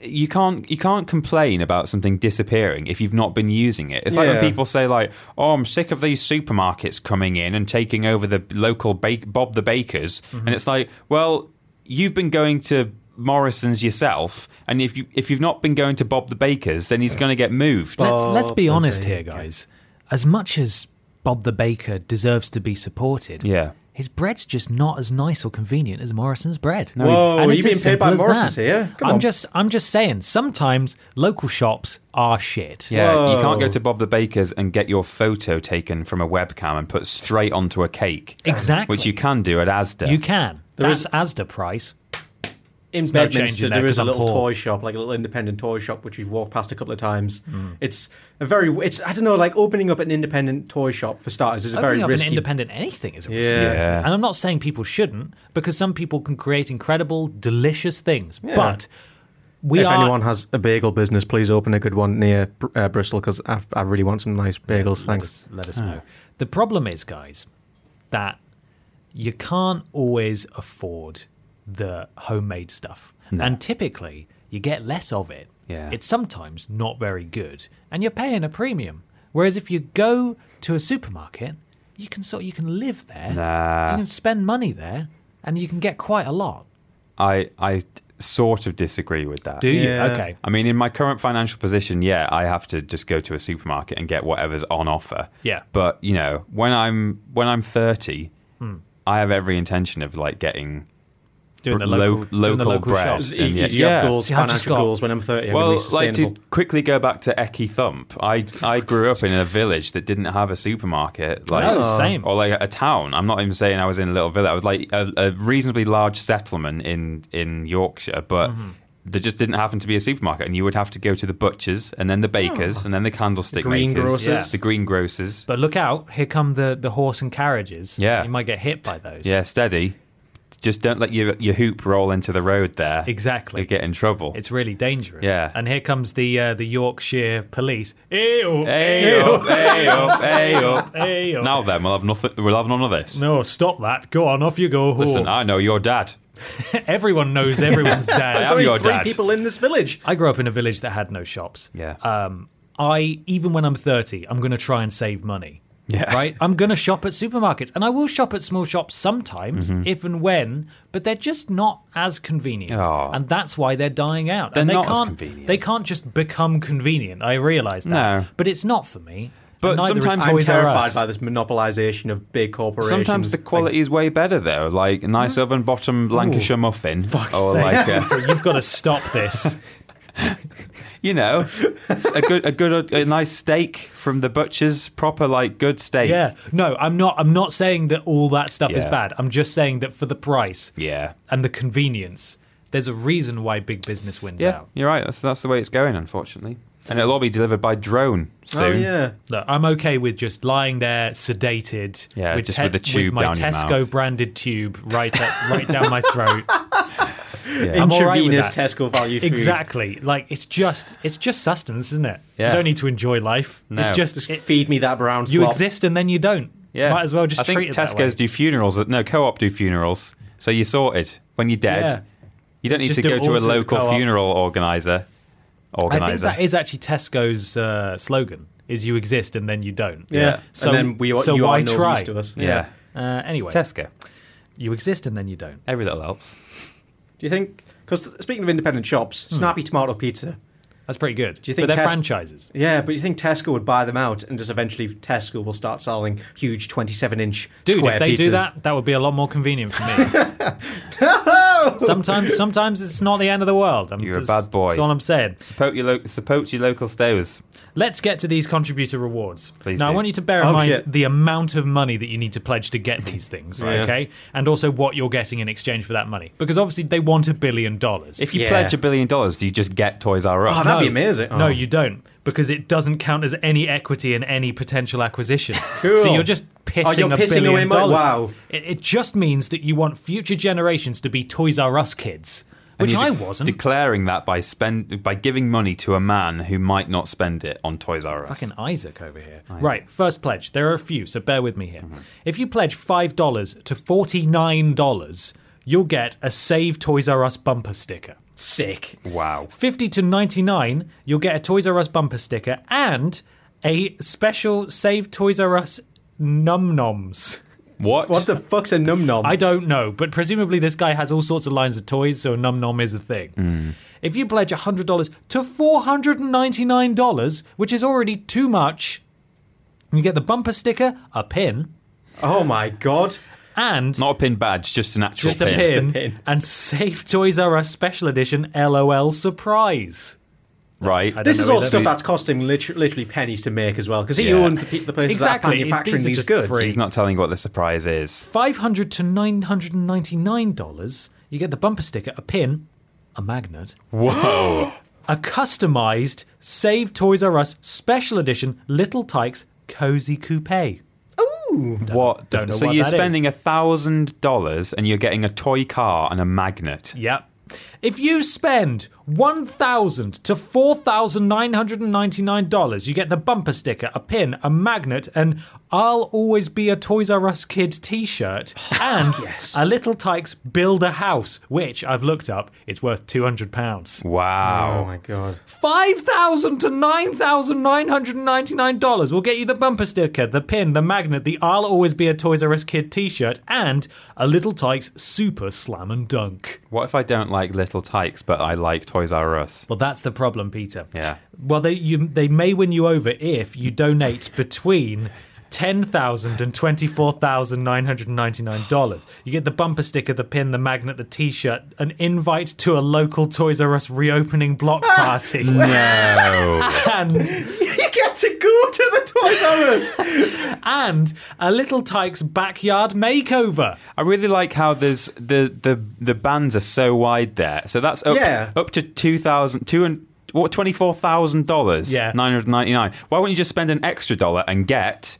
S1: you can't you can't complain about something disappearing if you've not been using it. It's like when
S3: Yeah.
S1: people say like, "Oh, I'm sick of these supermarkets coming in and taking over the local bake Bob the Bakers," and it's like, well, you've been going to Morrison's yourself, and if you if you've not been going to Bob the Bakers, then he's going to get moved.
S2: Let's let's be
S3: Bob the
S2: honest here, guys. As much as Bob the Baker deserves to be supported,
S1: Yeah.
S2: his bread's just not as nice or convenient as Morrison's bread.
S3: Whoa,
S2: and
S3: are
S2: it's
S3: you being
S2: as
S3: paid by
S2: simple as
S3: Morrison's
S2: that.
S3: here? Come
S2: I'm
S3: on.
S2: just I'm just saying. Sometimes local shops are shit.
S1: Yeah, you
S3: Whoa.
S1: can't go to Bob the Baker's and get your photo taken from a webcam and put straight onto a cake.
S2: Exactly.
S1: Which you can do at Asda.
S2: You can.
S3: There
S2: That's
S3: is-
S2: ASDA price.
S3: in
S2: no change
S3: Bedminster,
S2: in there
S3: there is
S2: 'cause
S3: a
S2: I'm
S3: little
S2: poor.
S3: toy shop, like a little independent toy shop, which we've walked past a couple of times.
S2: Hmm.
S3: It's a very, it's I don't know, like opening up an independent toy shop for starters is a
S2: opening
S3: very
S2: up
S3: risky.
S2: an independent anything is a risky
S3: Yeah.
S2: business.
S1: Yeah.
S2: And I'm not saying people shouldn't, because some people can create incredible, delicious things. But we
S3: if
S2: are
S3: anyone has a bagel business, please open a good one near Br- uh, Bristol because I, I really want some nice bagels.
S2: let
S3: Thanks.
S2: us, let us know. The problem is, guys, that you can't always afford the homemade stuff. And typically, you get less of it.
S1: Yeah.
S2: It's sometimes not very good, and you're paying a premium. Whereas if you go to a supermarket, you can sort you can live there.
S1: Nah.
S2: You can spend money there, and you can get quite a lot.
S1: I I sort of disagree with that.
S2: Do you?
S3: Yeah.
S2: Okay.
S1: I mean, in my current financial position, yeah, I have to just go to a supermarket and get whatever's on offer.
S2: Yeah.
S1: But you know, when I'm when I'm thirty,
S2: Hmm.
S1: I have every intention of like getting.
S2: Doing the
S1: Lo-
S2: local, doing the
S1: local
S2: local
S1: bread.
S2: shops.
S3: You,
S1: And
S3: you
S1: yeah-
S3: have
S1: yeah.
S3: goals,
S2: See, I've just
S3: financial
S2: got-
S3: goals when I'm 30. I'm gonna
S1: Well,
S3: be
S1: like to
S3: sustainable.
S1: quickly go back to Eki Thump, I I grew up in a village that didn't have a supermarket, like
S2: No, same.
S1: or like a town. I'm not even saying I was in a little village. I was like a, a reasonably large settlement in in Yorkshire, but.
S2: Mm-hmm.
S1: There just didn't happen to be a supermarket, and you would have to go to the butchers, and then the bakers, and then the candlestick makers,
S3: greengrocers.
S2: Oh. Yeah.
S1: the greengrocers.
S2: But look out! Here come the, the horse and carriages.
S1: Yeah.
S2: you might get hit by those.
S1: Yeah, steady. Just don't let your your hoop roll into the road there.
S2: Exactly.
S1: You get in trouble.
S2: It's really dangerous.
S1: Yeah.
S2: And here comes the uh, the Yorkshire police. Ew.
S1: hey up, hey up, hey up.
S2: Hey, oh.
S1: Now then, we'll have nothing. We'll have none of this.
S2: No, stop that. Go on, off you go.
S1: Listen, I know your dad.
S2: Everyone knows everyone's
S1: It's
S2: dad.
S1: only
S3: Only
S1: your
S3: three
S1: dad.
S3: people in this village.
S2: I grew up in a village that had no shops.
S1: Yeah.
S2: Um, I even when I'm 30, I'm going to try and save money.
S1: Yeah.
S2: Right? I'm going to shop at supermarkets and I will shop at small shops sometimes
S1: Mm-hmm.
S2: if and when, but they're just not as convenient.
S1: Oh.
S2: And that's why they're dying out. and they
S1: They're not as
S2: can't
S1: convenient.
S2: they can't just become convenient. I realize that.
S1: No.
S2: But it's not for me.
S1: But
S2: And neither is
S1: sometimes I'm
S2: Toys
S1: Toys
S2: R
S3: Terrified
S2: Us.
S3: by this monopolization of big corporations.
S1: Sometimes the quality is way better though, like a nice oven bottom Lancashire muffin, or
S2: sake.
S1: like a,
S2: So Oh, you've got to stop this.
S1: you know, s- a good, a good, a nice steak from the butcher's, proper like good steak.
S2: Yeah. No, I'm not I'm not saying that all that stuff is
S1: Yeah.
S2: bad. I'm just saying that for the price
S1: yeah,
S2: and the convenience, there's a reason why big business wins
S1: yeah.
S2: out.
S1: You're right. That's, that's the way it's going, unfortunately. And it'll all be delivered by drone soon.
S3: Oh, yeah.
S2: Look, I'm okay with just lying there sedated,
S1: Yeah, just with the tube
S2: my
S1: down your
S2: Tesco
S1: mouth.
S2: branded tube right up, right down my throat.
S1: Yeah.
S2: I'm all right with
S3: Intravenous
S2: that.
S3: Tesco value food.
S2: Exactly. Like it's just it's just sustenance, isn't it?
S1: Yeah.
S2: You don't need to enjoy life. It's
S1: No.
S2: just,
S3: Just
S2: it-
S3: feed me that brown
S2: you
S3: slop.
S2: exist and then you don't.
S1: Yeah.
S2: Might as well just
S1: I think
S2: treat it that
S1: Tesco's
S2: way.
S1: do funerals. No, co-op do funerals. So you're sorted when you're dead. You don't need
S2: Just
S1: to
S2: do
S1: go
S2: it
S1: to
S2: all
S1: a
S2: through the
S1: local
S2: co-op.
S1: funeral organizer.
S2: I think
S1: Organizer.
S2: that is actually Tesco's uh, slogan: "Is you exist and then you don't."
S3: Yeah.
S2: So-
S3: and then we,
S2: so
S3: you
S2: why
S3: are no
S2: try?
S3: use to us.
S1: yeah.
S2: Uh, anyway,
S1: Tesco.
S2: you exist and then you don't.
S1: Every little helps.
S2: Hmm.
S3: Do you think? Because speaking of independent shops, Snappy Tomato Pizza.
S2: That's pretty good.
S3: Do you think
S2: but they're
S3: Tes-
S2: franchises.
S3: Yeah, but you think Tesco would buy them out, and just eventually Tesco will start selling huge twenty-seven-inch
S2: Dude,
S3: square
S2: if they do
S3: pizzas.
S2: that, that would be a lot more convenient for me. sometimes, sometimes it's not the end of the world. I'm
S4: You're a
S2: just-
S4: bad boy.
S2: That's all I'm saying.
S4: Support your, lo- support your local stores.
S2: Let's get to these contributor rewards.
S4: Please
S2: now, I
S4: do.
S2: want you to bear in
S3: Oh,
S2: mind
S3: shit.
S2: the amount of money that you need to pledge to get these things, okay? And also what you're getting in exchange for that money. Because obviously they want a billion dollars.
S4: If you
S3: Yeah.
S4: pledge a billion dollars, do you just get Toys R Us?
S3: Oh, that'd be amazing.
S2: No,
S3: Oh.
S2: you don't, because it doesn't count as any equity in any potential acquisition. So
S3: Cool.
S2: you're just pissing,
S3: Oh, you're
S2: a
S3: pissing
S2: billion
S3: away money. Wow.
S2: dollars. It, it just means that you want future generations to be Toys R Us kids,
S4: And
S2: which
S4: you're
S2: I
S4: de-
S2: wasn't.
S4: Declaring that by spend by giving money to a man who might not spend it on Toys R Us.
S2: Fucking Isaac over here. Right, first pledge. There are a few, so bear with me here.
S3: Mm-hmm.
S2: If you pledge $5 to $49, you'll get a Save Toys R Us bumper sticker.
S3: Sick.
S4: wow.
S2: 50 to 99, you'll get a Toys R Us bumper sticker and a special Save Toys R Us num noms.
S4: What?
S3: What the fuck's a num nom?
S2: I don't know, but presumably this guy has all sorts of lines of toys, so a num nom is a thing. If you pledge $100 to $499, which is already too much, you get the bumper sticker, a pin,
S3: Oh my god.
S2: and
S4: not a pin badge, just an actual
S2: just a
S4: pin.
S2: pin,
S3: pin.
S2: and Save Toys R Us Special Edition LOL Surprise.
S4: Right.
S2: I don't
S3: This
S2: know
S3: is all
S2: either.
S3: stuff that's costing lit- literally pennies to make as well, because he
S4: Yeah.
S3: owns the, pe- the places
S2: Exactly.
S3: that are manufacturing
S2: These are
S3: these
S2: just
S3: goods.
S2: free.
S4: He's not telling you what the surprise is.
S2: 500 to $999, you get the bumper sticker, a pin, a magnet. Whoa! A customized Save Toys R Us special edition Little Tykes Cozy Coupe.
S4: what?
S2: don't know
S4: so
S2: what
S4: you're
S2: that is.
S4: spending a thousand dollars and you're getting a toy car and a magnet.
S2: Yep. If you spend $1,000 to $4,999, you get the bumper sticker, a pin, a magnet, and I'll always be a Toys R Us kid t shirt, and a Little Tykes Build a House, which I've looked up, it's worth £200.
S4: Wow.
S3: Oh my god.
S2: Five thousand to nine thousand nine hundred and ninety-nine dollars will get you the bumper sticker, the pin, the magnet, the "I'll always be a Toys R Us kid" T-shirt, and a Little Tykes Super Slam and Dunk.
S4: What if I don't like Little Tykes, but I like Toys R Us?
S2: Well, that's the problem, Peter.
S4: Yeah.
S2: Well, they you, they may win you over if you donate between. Ten thousand and twenty-four thousand nine hundred and ninety-nine dollars. You get the bumper sticker, the pin, the magnet, the T-shirt, an invite to a local Toys R Us reopening block party,
S4: No.
S3: Ah!
S2: and
S3: You get to go to the Toys R Us.
S2: and a little tyke's backyard makeover.
S4: I really like how there's the the the bands are so wide there. So that's up
S3: Yeah.
S4: up to two thousand two and what twenty four thousand dollars.
S2: Yeah.
S4: nine hundred ninety nine. Why wouldn't you just spend an extra dollar and get?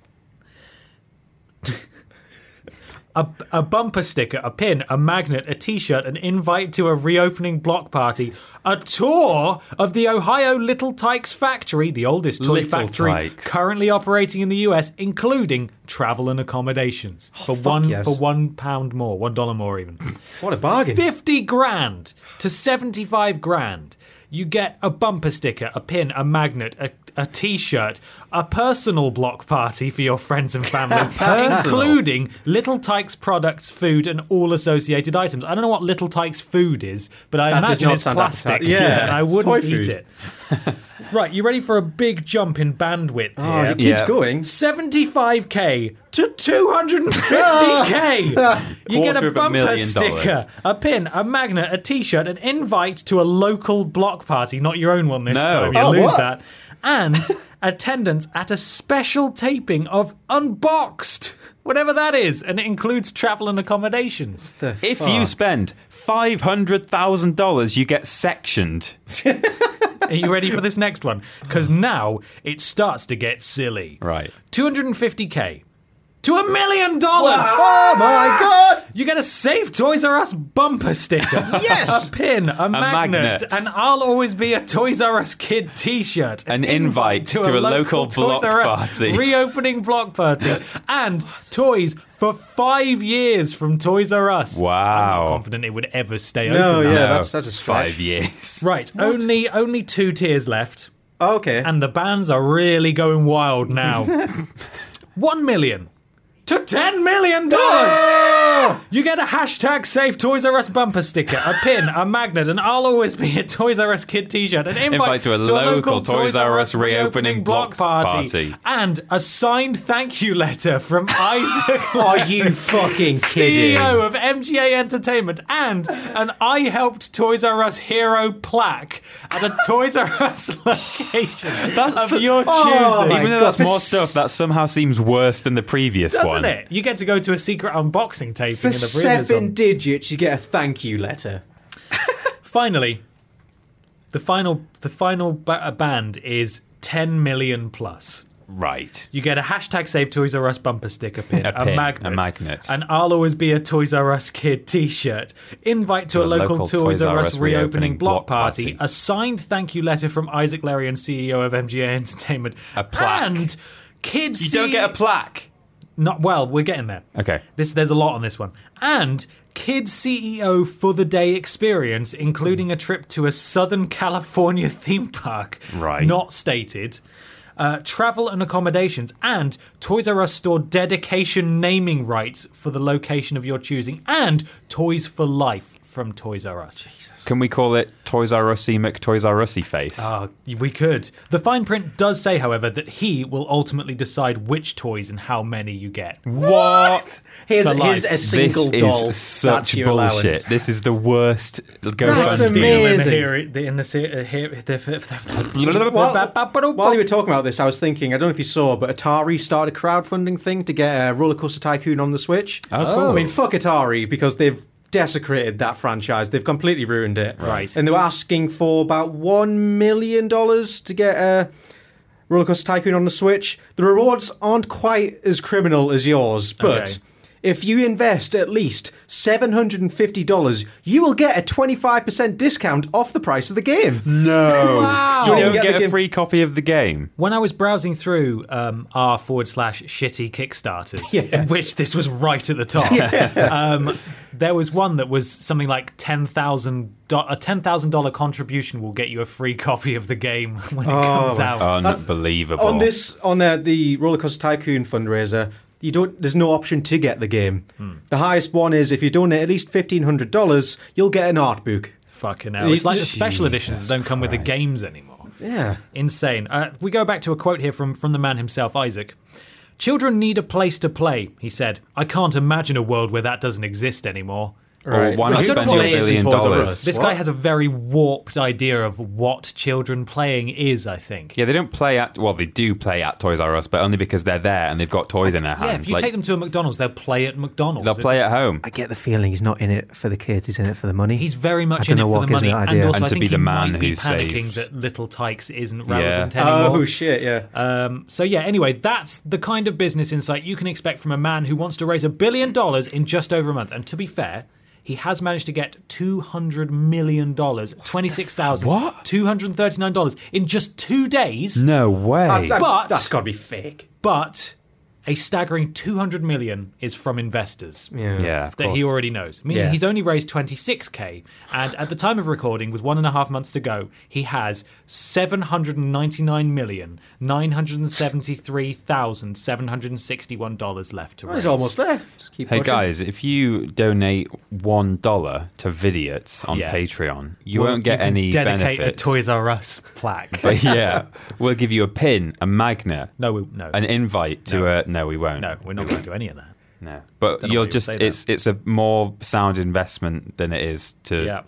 S2: A, a bumper sticker, a pin, a magnet, a t shirt, an invite to a reopening block party, a tour of the Ohio Little Tykes factory, the oldest toy
S4: Little
S2: factory
S4: Tykes.
S2: currently operating in the US, including travel and accommodations
S4: Oh,
S2: for one
S3: yes.
S2: for one pound more, one dollar more even.
S3: What a bargain.
S2: 50 grand to 75 grand. You get a bumper sticker, a pin, a magnet, a, a t shirt, a personal block party for your friends and family, including Little Tykes products, food, and all associated items. I don't know what Little Tykes food is, but I
S3: That does
S2: imagine
S3: not
S2: it's
S3: sound
S2: plastic.
S3: appetizing. Yeah,
S2: and I
S3: it's
S2: wouldn't
S3: toy
S2: eat
S3: food.
S2: it. right, you ready for a big jump in bandwidth
S3: Oh,
S2: here?
S3: it keeps
S4: Yeah.
S3: going.
S2: 75k to 250k. you get
S4: Quarter
S2: a
S4: of a
S2: bumper
S4: million
S2: sticker,
S4: dollars.
S2: a pin, a magnet, a t-shirt, an invite to a local block party, not your own one this
S4: No.
S2: time. You
S3: Oh,
S2: lose
S3: what?
S2: that. And attendance at a special taping of Unboxed. Whatever that is, and it includes travel and accommodations.
S4: If you spend five hundred thousand dollars, you get sectioned.
S2: Are you ready for this next one? Because now it starts to get silly.
S4: Right.
S2: 250k to a million dollars.
S3: Oh my god.
S2: You get a Save Toys R Us bumper sticker.
S3: Yes!
S2: A pin, a, magnet,
S4: magnet.
S2: and I'll always be a Toys R Us kid t shirt.
S4: An invite to a local block party.
S2: Reopening block party. and toys for five years from Toys R Us. I'm not
S4: Wow.
S2: confident it would ever stay
S3: No,
S2: open.
S3: yeah,
S2: that-
S3: that's that's a stretch.
S4: Five years.
S2: Right, only only two tiers left.
S3: Okay.
S2: And the bands are really going wild now. One million to ten million dollars. you get a hashtag Save Toys R Us bumper sticker, a pin, a magnet, and I'll always be a Toys R Us kid T-shirt, an invite,
S1: Invite to a local Toys R Us reopening
S2: block
S1: block
S2: party,
S1: party.
S2: and a signed thank you letter from Isaac.
S3: Are you fucking kidding?
S2: CEO E of MGA Entertainment and an I helped Toys R Us hero plaque at a Toys R Us location of your choosing.
S3: Oh my
S1: Even though
S3: God,
S1: that's more
S3: this-
S1: stuff, that somehow seems worse than the previous
S2: Doesn't
S1: one.
S2: it? You get to go to a secret unboxing taping
S3: For
S2: in the previous
S3: seven
S2: one.
S3: digits, you get a thank you letter.
S2: Finally, the final the final ba- uh, band is 10 million plus.
S1: Right.
S2: You get a hashtag Save Toys R Us bumper sticker pin,
S1: A
S2: a,
S1: pin,
S2: magnet,
S1: a magnet.
S2: and I'll always be a Toys R Us kid T-shirt. Invite to, a, local, Toys R Us reopening block party,
S1: party.
S2: A signed thank you letter from Isaac Larry and CEO of MGA Entertainment.
S1: A plaque.
S2: And kids.
S1: You don't get a plaque.
S2: Not well. We're getting there.
S1: Okay.
S2: This there's a lot on this one. And kid CEO for the day experience, including a trip to a Southern California theme park.
S1: Right.
S2: Not stated. Uh, travel and accommodations, and Toys R Us store dedication naming rights for the location of your choosing, and Toys for Life from Toys R Us.
S1: Can we call it Toys R Us Toys R Us face?
S3: Uh,
S2: Ah, we could. The fine print does say, however, that he will ultimately decide which toys and how many you get.
S1: what?
S3: Here's,
S2: For
S3: here's
S2: life.
S3: a single
S1: this
S3: doll.
S1: is
S3: That's
S1: such
S3: your
S1: bullshit.
S3: allowance.
S1: This is the worst
S3: That's
S1: GoFundMe
S3: amazing.
S1: deal.
S2: in the here, the- in the se- uh, here, the- the-
S3: While, while you were talking about this, I was thinking, I don't know if you saw, but Atari started a crowdfunding thing to get a Roller Coaster Tycoon on the Switch.
S1: Oh,
S3: I mean,
S1: cool.
S3: fuck Atari because they've desecrated that franchise. They've completely ruined it.
S2: Right.
S3: And they were asking for about one million dollars to get a Roller Coaster Tycoon on the Switch. The rewards aren't quite as criminal as yours, but.
S2: Okay.
S3: If you invest at least $750, you will get a 25% discount off the price of the game.
S1: No.
S2: Wow.
S1: You
S3: Don't
S1: don't
S3: get the
S1: get a
S3: game-
S1: free copy of the game.
S2: when I was browsing through um, r forward slash shitty Kickstarters,
S3: Yeah.
S2: in which this was right at the top, um, there was one that was something like ten thousand a ten thousand dollar contribution will get you a free copy of the game when it
S3: Oh
S2: comes out.
S1: Unbelievable.
S3: on this on uh, the roller coaster tycoon fundraiser you don't there's no option to get the game
S2: Hmm.
S3: the highest one is if you donate at least $1500 you'll get an art book
S2: Fucking hell! It's like the
S1: Jesus
S2: special editions that don't come with the games anymore.
S3: yeah
S2: Insane. Uh, we go back to a quote here from, from the man himself, Isaac. Children need a place to play, he said. I can't imagine a world where that doesn't exist anymore.
S1: Or why
S3: Well,
S1: not
S3: you don't
S1: spend
S3: know
S1: your
S3: what it is in
S1: billion
S3: Toys R
S1: dollars?
S3: Us.
S2: This
S3: What?
S2: guy has a very warped idea of what children playing is, I think.
S1: Yeah, they don't play at well, they do play at Toys R Us, but only because they're there and they've got toys in their hand.
S2: Yeah, if you
S1: Like,
S2: take them to a McDonald's, they'll play at McDonald's.
S1: they'll play at home.
S3: i get the feeling he's not in it for the kids he's in it for the money
S2: He's very much
S3: I
S2: in
S3: don't
S2: it
S3: know what
S2: for the
S3: gives me
S2: money, and
S3: that idea.
S2: also
S1: And
S2: I
S1: to
S2: think
S1: be the
S2: he
S1: man
S2: might be
S1: who's
S2: panicking
S1: saved.
S2: that Little Tykes isn't
S1: Yeah.
S2: relevant anymore.
S3: oh shit yeah
S2: Um, so yeah, anyway, that's the kind of business insight you can expect from a man who wants to raise a billion dollars in just over a month. And to be fair, he has managed to get two hundred million dollars, twenty six thousand
S1: What?
S2: two hundred thirty nine dollars in just two days.
S1: No way.
S3: That's-
S2: But-
S3: that's gotta be fake
S2: But a staggering two hundred million is from investors.
S1: yeah, of
S2: That
S1: course.
S2: he already knows. Meaning
S3: Yeah.
S2: he's only raised 26k, and at the time of recording, with one and a half months to go, he has 799,973,761 dollars left to raise.
S3: he's almost there just keep
S1: Hey
S3: pushing.
S1: guys, if you donate one dollar to Vidiots on
S2: Yeah.
S1: Patreon, you
S2: Well,
S1: won't get
S2: you can
S1: any
S2: dedicate
S1: benefits.
S2: a Toys R Us plaque.
S1: but yeah, we'll give you a pin, a magnet,
S2: no, we- no,
S1: an invite to a. No, we won't.
S2: no, we're not going to do any of that.
S1: no. But
S2: Don't know why
S1: you'll
S2: you
S1: just
S2: say that.
S1: it's it's a more sound investment than it is to
S2: Yeah.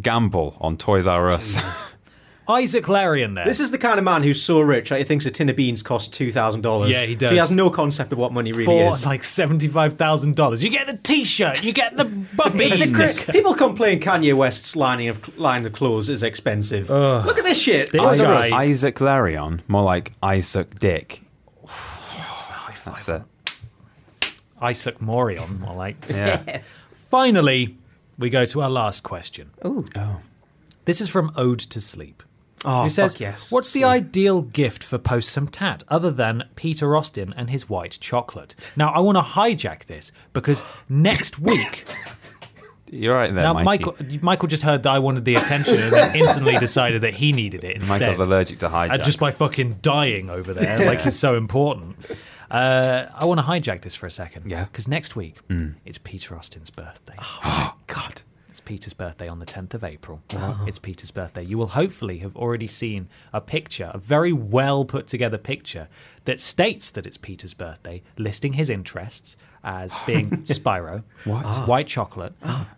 S1: gamble on Toys R Us.
S2: Isaac Larian there.
S3: this is the kind of man who's so rich that he thinks a tin of beans costs $2000
S2: Yeah, he
S3: so he
S2: does.
S3: has no concept of what money really
S2: for
S3: is
S2: like seventy-five thousand dollars, you get the T-shirt, you get the bumper
S3: It's a
S2: sticker.
S3: great, people complain Kanye West's lining of line of clothes is expensive. Look at this shit.
S2: This
S3: Toys
S2: guy-
S3: R Us.
S1: Isaac, Isaac Larion, more like Isaac Dick. That's it.
S2: Isaac Morion, more like.
S1: Yeah.
S2: Finally, we go to our last question. Ooh. Oh. This is from Ode to Sleep.
S3: Oh,
S2: who says,
S3: fuck yes.
S2: What's the ideal gift for Post Some Tat other than Peter Austin and his white chocolate? Now, I want to hijack this because next week.
S1: You're right there,
S2: now,
S1: Mikey.
S2: Michael, Michael just heard that I wanted the attention and then instantly decided that he needed it instead.
S1: Michael's allergic to
S2: Uh,
S1: hijack.
S2: just by fucking dying over there, like he's so important. Uh, I want to hijack this for a second.
S1: Yeah. Hmm. Ah,
S2: Because next week, it's Peter Austin's birthday.
S3: God.
S2: It's Peter's birthday on the 10th of April. It's Peter's birthday. You will hopefully have already seen a picture, a very well put together picture that states that it's Peter's birthday, listing his interests as being Spyro,
S1: Ah.
S2: white chocolate,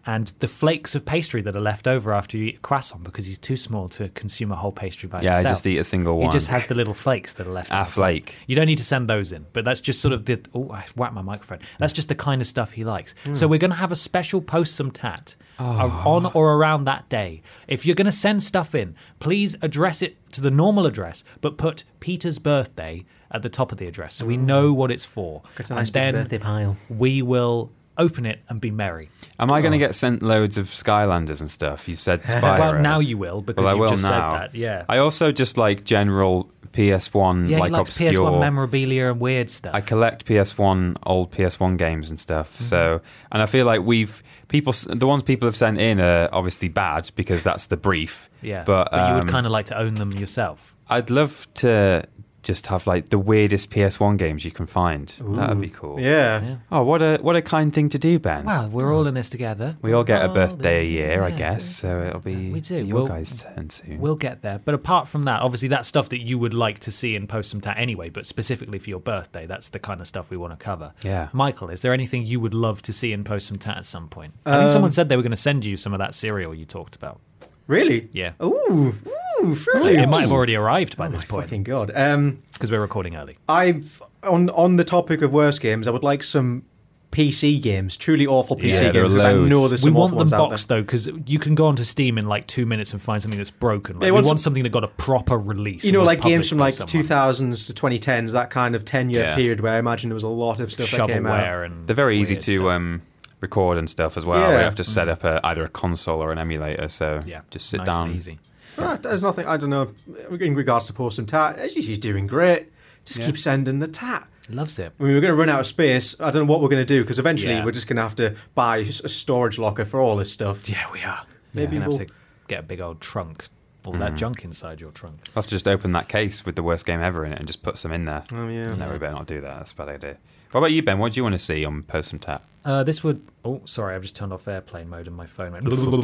S2: and the flakes of pastry that are left over after you eat a croissant because he's too small to consume a whole pastry by
S1: Yeah, I
S2: himself.
S1: just eat a single
S2: He
S1: one.
S2: just has the little flakes that are left
S1: Ah,
S2: over.
S1: flake.
S2: You don't need to send those in, but that's just sort of the oh, I whacked my microphone. That's just the kind of stuff he likes.
S1: Hmm.
S2: So we're going to have a special post some tat uh,
S1: Ah.
S2: on or around that day. If you're going to send stuff in, please address it to the normal address, but put Peter's birthday at the top of the address so we
S1: Hmm.
S2: know what it's for.
S3: Got a nice big birthday pile.
S2: we will open it and be merry.
S1: Am I going to get sent loads of Skylanders and stuff? You've said Spyro.
S2: Oh. Well, now you will because
S1: Well, I
S2: you've
S1: will
S2: just
S1: now.
S2: said that. Yeah.
S1: I also just like general PS1,
S2: yeah,
S1: like
S2: he likes
S1: obscure.
S2: PS1 memorabilia and weird stuff.
S1: I collect PS1 old PS1 games and stuff.
S2: Mm-hmm.
S1: So, and I feel like we've people s- the ones people have sent in are obviously bad because that's the brief.
S2: yeah,
S1: but,
S2: you would
S1: um,
S2: kind of like to own them yourself.
S1: I'd love to just have like the weirdest PS1 games you can find. That'd be cool.
S3: Yeah.
S2: Yeah.
S1: Oh, what a what a kind thing to do, Ben.
S2: Well, we're all in this together.
S1: we all get a
S2: Oh,
S1: birthday a year, I
S2: yeah,
S1: guess. So it'll be
S2: We do.
S1: your
S2: We'll-
S1: guys' turn soon.
S2: We'll get there. But apart from that, obviously that's stuff that you would like to see in post some tat anyway, but specifically for your birthday, that's the kind of stuff we want to cover.
S1: Yeah.
S2: Michael, is there anything you would love to see in post some tat at some point? I
S3: Um,
S2: think someone said they were going to send you some of that cereal you talked about.
S3: Really?
S2: Yeah.
S3: Ooh. Ooh.
S2: So
S3: fruits.
S2: it might have already arrived by
S3: Oh
S2: this
S3: my
S2: point
S3: Fucking god. Um,
S2: because we're recording early.
S3: I on on the topic of worst games, I would like some PC games, truly awful PC
S1: Yeah, there
S3: games.
S1: are
S3: 'cause I
S1: loads.
S3: know there's
S2: We
S3: some
S2: want
S3: awful
S2: them
S3: ones out
S2: boxed though, because you can go onto Steam in like two minutes and find something that's broken. Like,
S3: Yeah,
S2: we
S3: once-
S2: want something that got a proper release.
S3: there. You
S2: and
S3: know,
S2: was
S3: like games
S2: published
S3: from
S2: by
S3: like
S2: someone.
S3: 2000s to 2010s, that kind of 10 year
S1: Yeah.
S3: period where I imagine there was a lot of stuff that came out.
S2: shovelware and
S1: They're very easy
S2: weird
S1: to
S2: stuff. Mm.
S1: um, record and stuff as well.
S3: Yeah.
S1: We have to set up a, either a console or an emulator, so
S2: yeah,
S1: just sit
S2: nice and
S1: down.
S2: easy.
S3: Ah, there's nothing. I don't know. In regards to Post and Tat, she's doing great. Just keep sending the tat.
S2: Loves it.
S3: I mean, we're going to run out of space. I don't know what we're going to do because eventually
S2: Yeah.
S3: we're just going to have to buy a storage locker for all this stuff.
S2: Yeah, we are. Mm-hmm.
S3: Maybe
S2: Maybe we'll
S3: we'll-
S2: have to get a big old trunk, all that junk inside your trunk.
S1: I'll have to just open that case with the worst game ever in it and just put some in there.
S3: Oh, yeah.
S1: No, we better not do that. That's a bad idea. What about you, Ben? What do you want to see on Post Some Tap?
S2: Uh, this would. Oh, sorry, I've just turned off airplane mode and my phone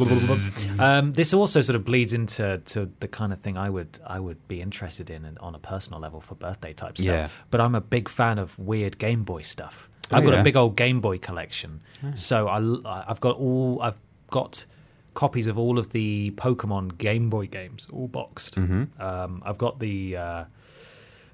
S2: went. um, this also sort of bleeds into to the kind of thing I would I would be interested in and on a personal level for birthday type stuff.
S1: Yeah.
S2: But I'm a big fan of weird Game Boy stuff. I've
S1: Oh,
S2: got
S1: yeah. Oh.
S2: a big old Game Boy collection, so I l- I, have got all I've got copies of all of the Pokemon Game Boy games, all boxed.
S1: Mm-hmm.
S2: Um, I've got the. Uh,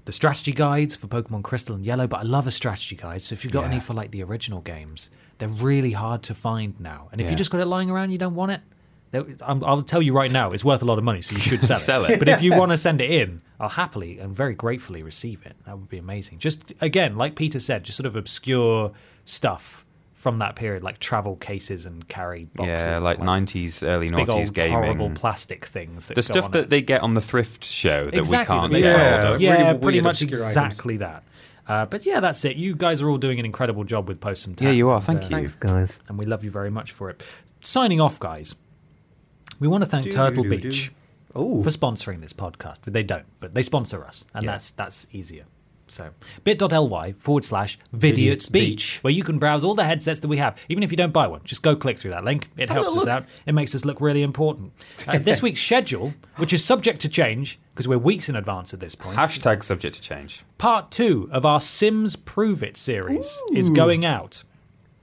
S2: the strategy guides for Pokemon Crystal and Yellow, but I love a strategy guide. So if you've got any for like the original games, they're really hard to find now. And if
S1: Yeah.
S2: you just got it lying around, you don't want it. there- I'm, I'll tell you right now, it's worth a lot of money, so you should sell,
S1: Sell
S2: it.
S1: it.
S2: But if you want to send it in, I'll happily and very gratefully receive it. That would be amazing. Just again, like Peter said, just sort of obscure stuff from that period, like travel cases and carry boxes.
S1: yeah,
S2: and
S1: like
S2: all that
S1: nineties, early
S2: big
S1: noughties
S2: old
S1: gaming.
S2: horrible plastic things. That
S1: the
S2: go
S1: stuff
S2: on
S1: that
S2: it
S1: they get on the thrift show that
S2: exactly.
S1: we can't
S2: that
S1: get
S2: we
S3: Yeah.
S1: hold
S2: found.
S1: of.
S2: yeah,
S3: Really
S2: pretty
S3: weird,
S2: much
S3: obscure items.
S2: exactly that. Uh, but yeah, that's it. You guys are all doing an incredible job with Post and Tap.
S1: Yeah, you are.
S2: and,
S1: Thank
S2: uh,
S1: you.
S3: guys.
S2: And we love you very much for it. Signing off, guys. We want to thank Turtle Beach
S3: Oh,
S2: for sponsoring this podcast. They don't, but they sponsor us, and that's that's easier. So bit.ly forward slash
S3: Vidiot's
S2: Vidiot's
S3: Beach.
S2: Beach, where you can browse all the headsets that we have. Even if you don't buy one, just go click through that link. It
S3: have a
S2: helps us
S3: look.
S2: out. It makes us look really important. Uh, this week's schedule, which is subject to change because we're weeks in advance at this point,
S1: Hashtag subject to change.
S2: part two of our Sims Prove It series is going out.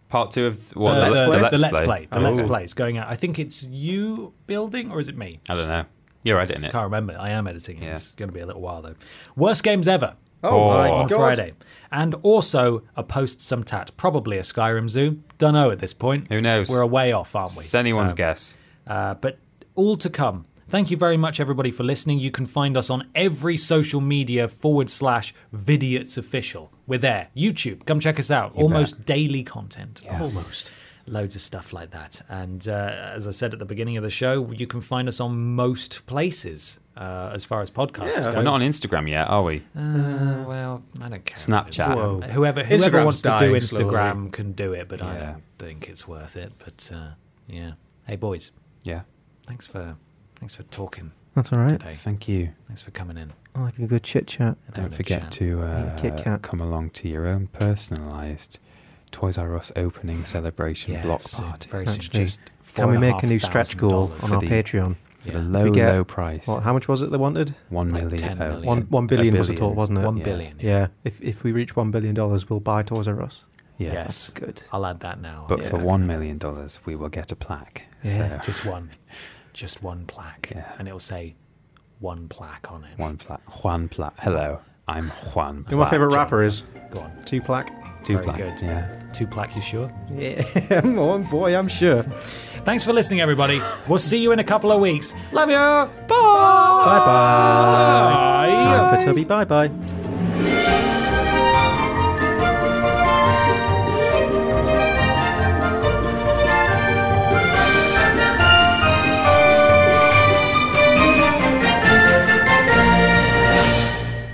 S1: Part two of what?
S2: Uh,
S1: let's,
S2: the,
S1: play,
S2: the
S1: let's play.
S2: The Let's Play is going out. I think it's you building or is it me?
S1: I don't know. You're editing it.
S2: Can't remember. I am editing. it.
S1: Yeah.
S2: It's going to be a little while though. Worst games ever.
S3: oh my
S1: Oh.
S2: on
S3: god.
S2: Friday. And also a post some tat, probably a Skyrim zoo. Don't know at this point.
S1: Who knows?
S2: We're a way off, aren't we?
S1: It's anyone's
S2: So,
S1: guess.
S2: Uh, but all to come. Thank you very much, everybody, for listening. You can find us on every social media forward slash Vidiots Official. We're there. YouTube, come check us out. Almost daily content. Almost. Loads of stuff like that. And uh, as I said at the beginning of the show, you can find us on most places uh, as far as podcasts
S3: Yeah.
S2: go.
S1: We're not on Instagram yet, are we?
S2: Uh, well, I don't care. Um,
S1: Snapchat.
S3: Whoa.
S2: Whoever whoever
S3: Instagram's
S2: wants to do
S3: dying
S2: Instagram can do it, but I
S1: Yeah.
S2: don't think it's worth it. But uh, yeah, hey boys,
S1: Yeah.
S2: thanks for thanks for talking
S3: That's all right.
S2: today.
S1: Thank you.
S2: Thanks for coming in.
S3: I like a good chit chat.
S2: and
S1: Don't
S2: having a
S1: forget
S2: chat.
S1: to
S3: Yeah, Kit
S1: uh,
S3: Kat.
S1: come along to your own personalised Toys R Us opening celebration
S2: Yeah,
S1: block
S2: soon,
S1: party
S2: Very
S3: Actually,
S2: soon. Just
S3: Can we make a new stretch goal on
S1: For
S3: our
S1: the-
S3: Patreon?
S1: at a
S2: Yeah.
S1: low,
S3: we get-
S1: low price.
S3: Well, how much was it they wanted?
S1: One
S2: Like
S1: million.
S2: 10
S1: oh,
S2: million.
S3: One
S2: Yeah.
S3: one
S1: A
S3: billion was the
S1: billion.
S3: total, wasn't it?
S2: One
S1: Yeah.
S2: billion.
S3: Yeah. If if we reach one billion dollars, we'll buy Toys R Us.
S1: Yeah.
S2: Yes.
S3: Good.
S2: I'll add that now.
S1: But
S2: Yeah.
S1: for one million dollars, we will get a plaque.
S3: Yeah.
S1: So
S2: just one, just one plaque,
S1: Yeah.
S2: and it'll say one plaque on it.
S1: one plaque. Juan plaque. Hello, I'm Juan.
S5: You know, my
S1: Plaque.
S5: favourite rapper is
S2: Go on,
S5: Two Plaque.
S1: Two
S2: Very
S1: plaque.
S2: good.
S1: Yeah.
S2: two plaque. You sure?
S5: Yeah, oh boy, I'm sure.
S2: Thanks for listening, everybody. We'll see you in a couple of weeks. Love you. Bye.
S5: Bye bye.
S2: Bye.
S5: Time for Toby. Bye bye.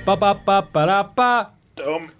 S2: Ba ba ba ba da, ba.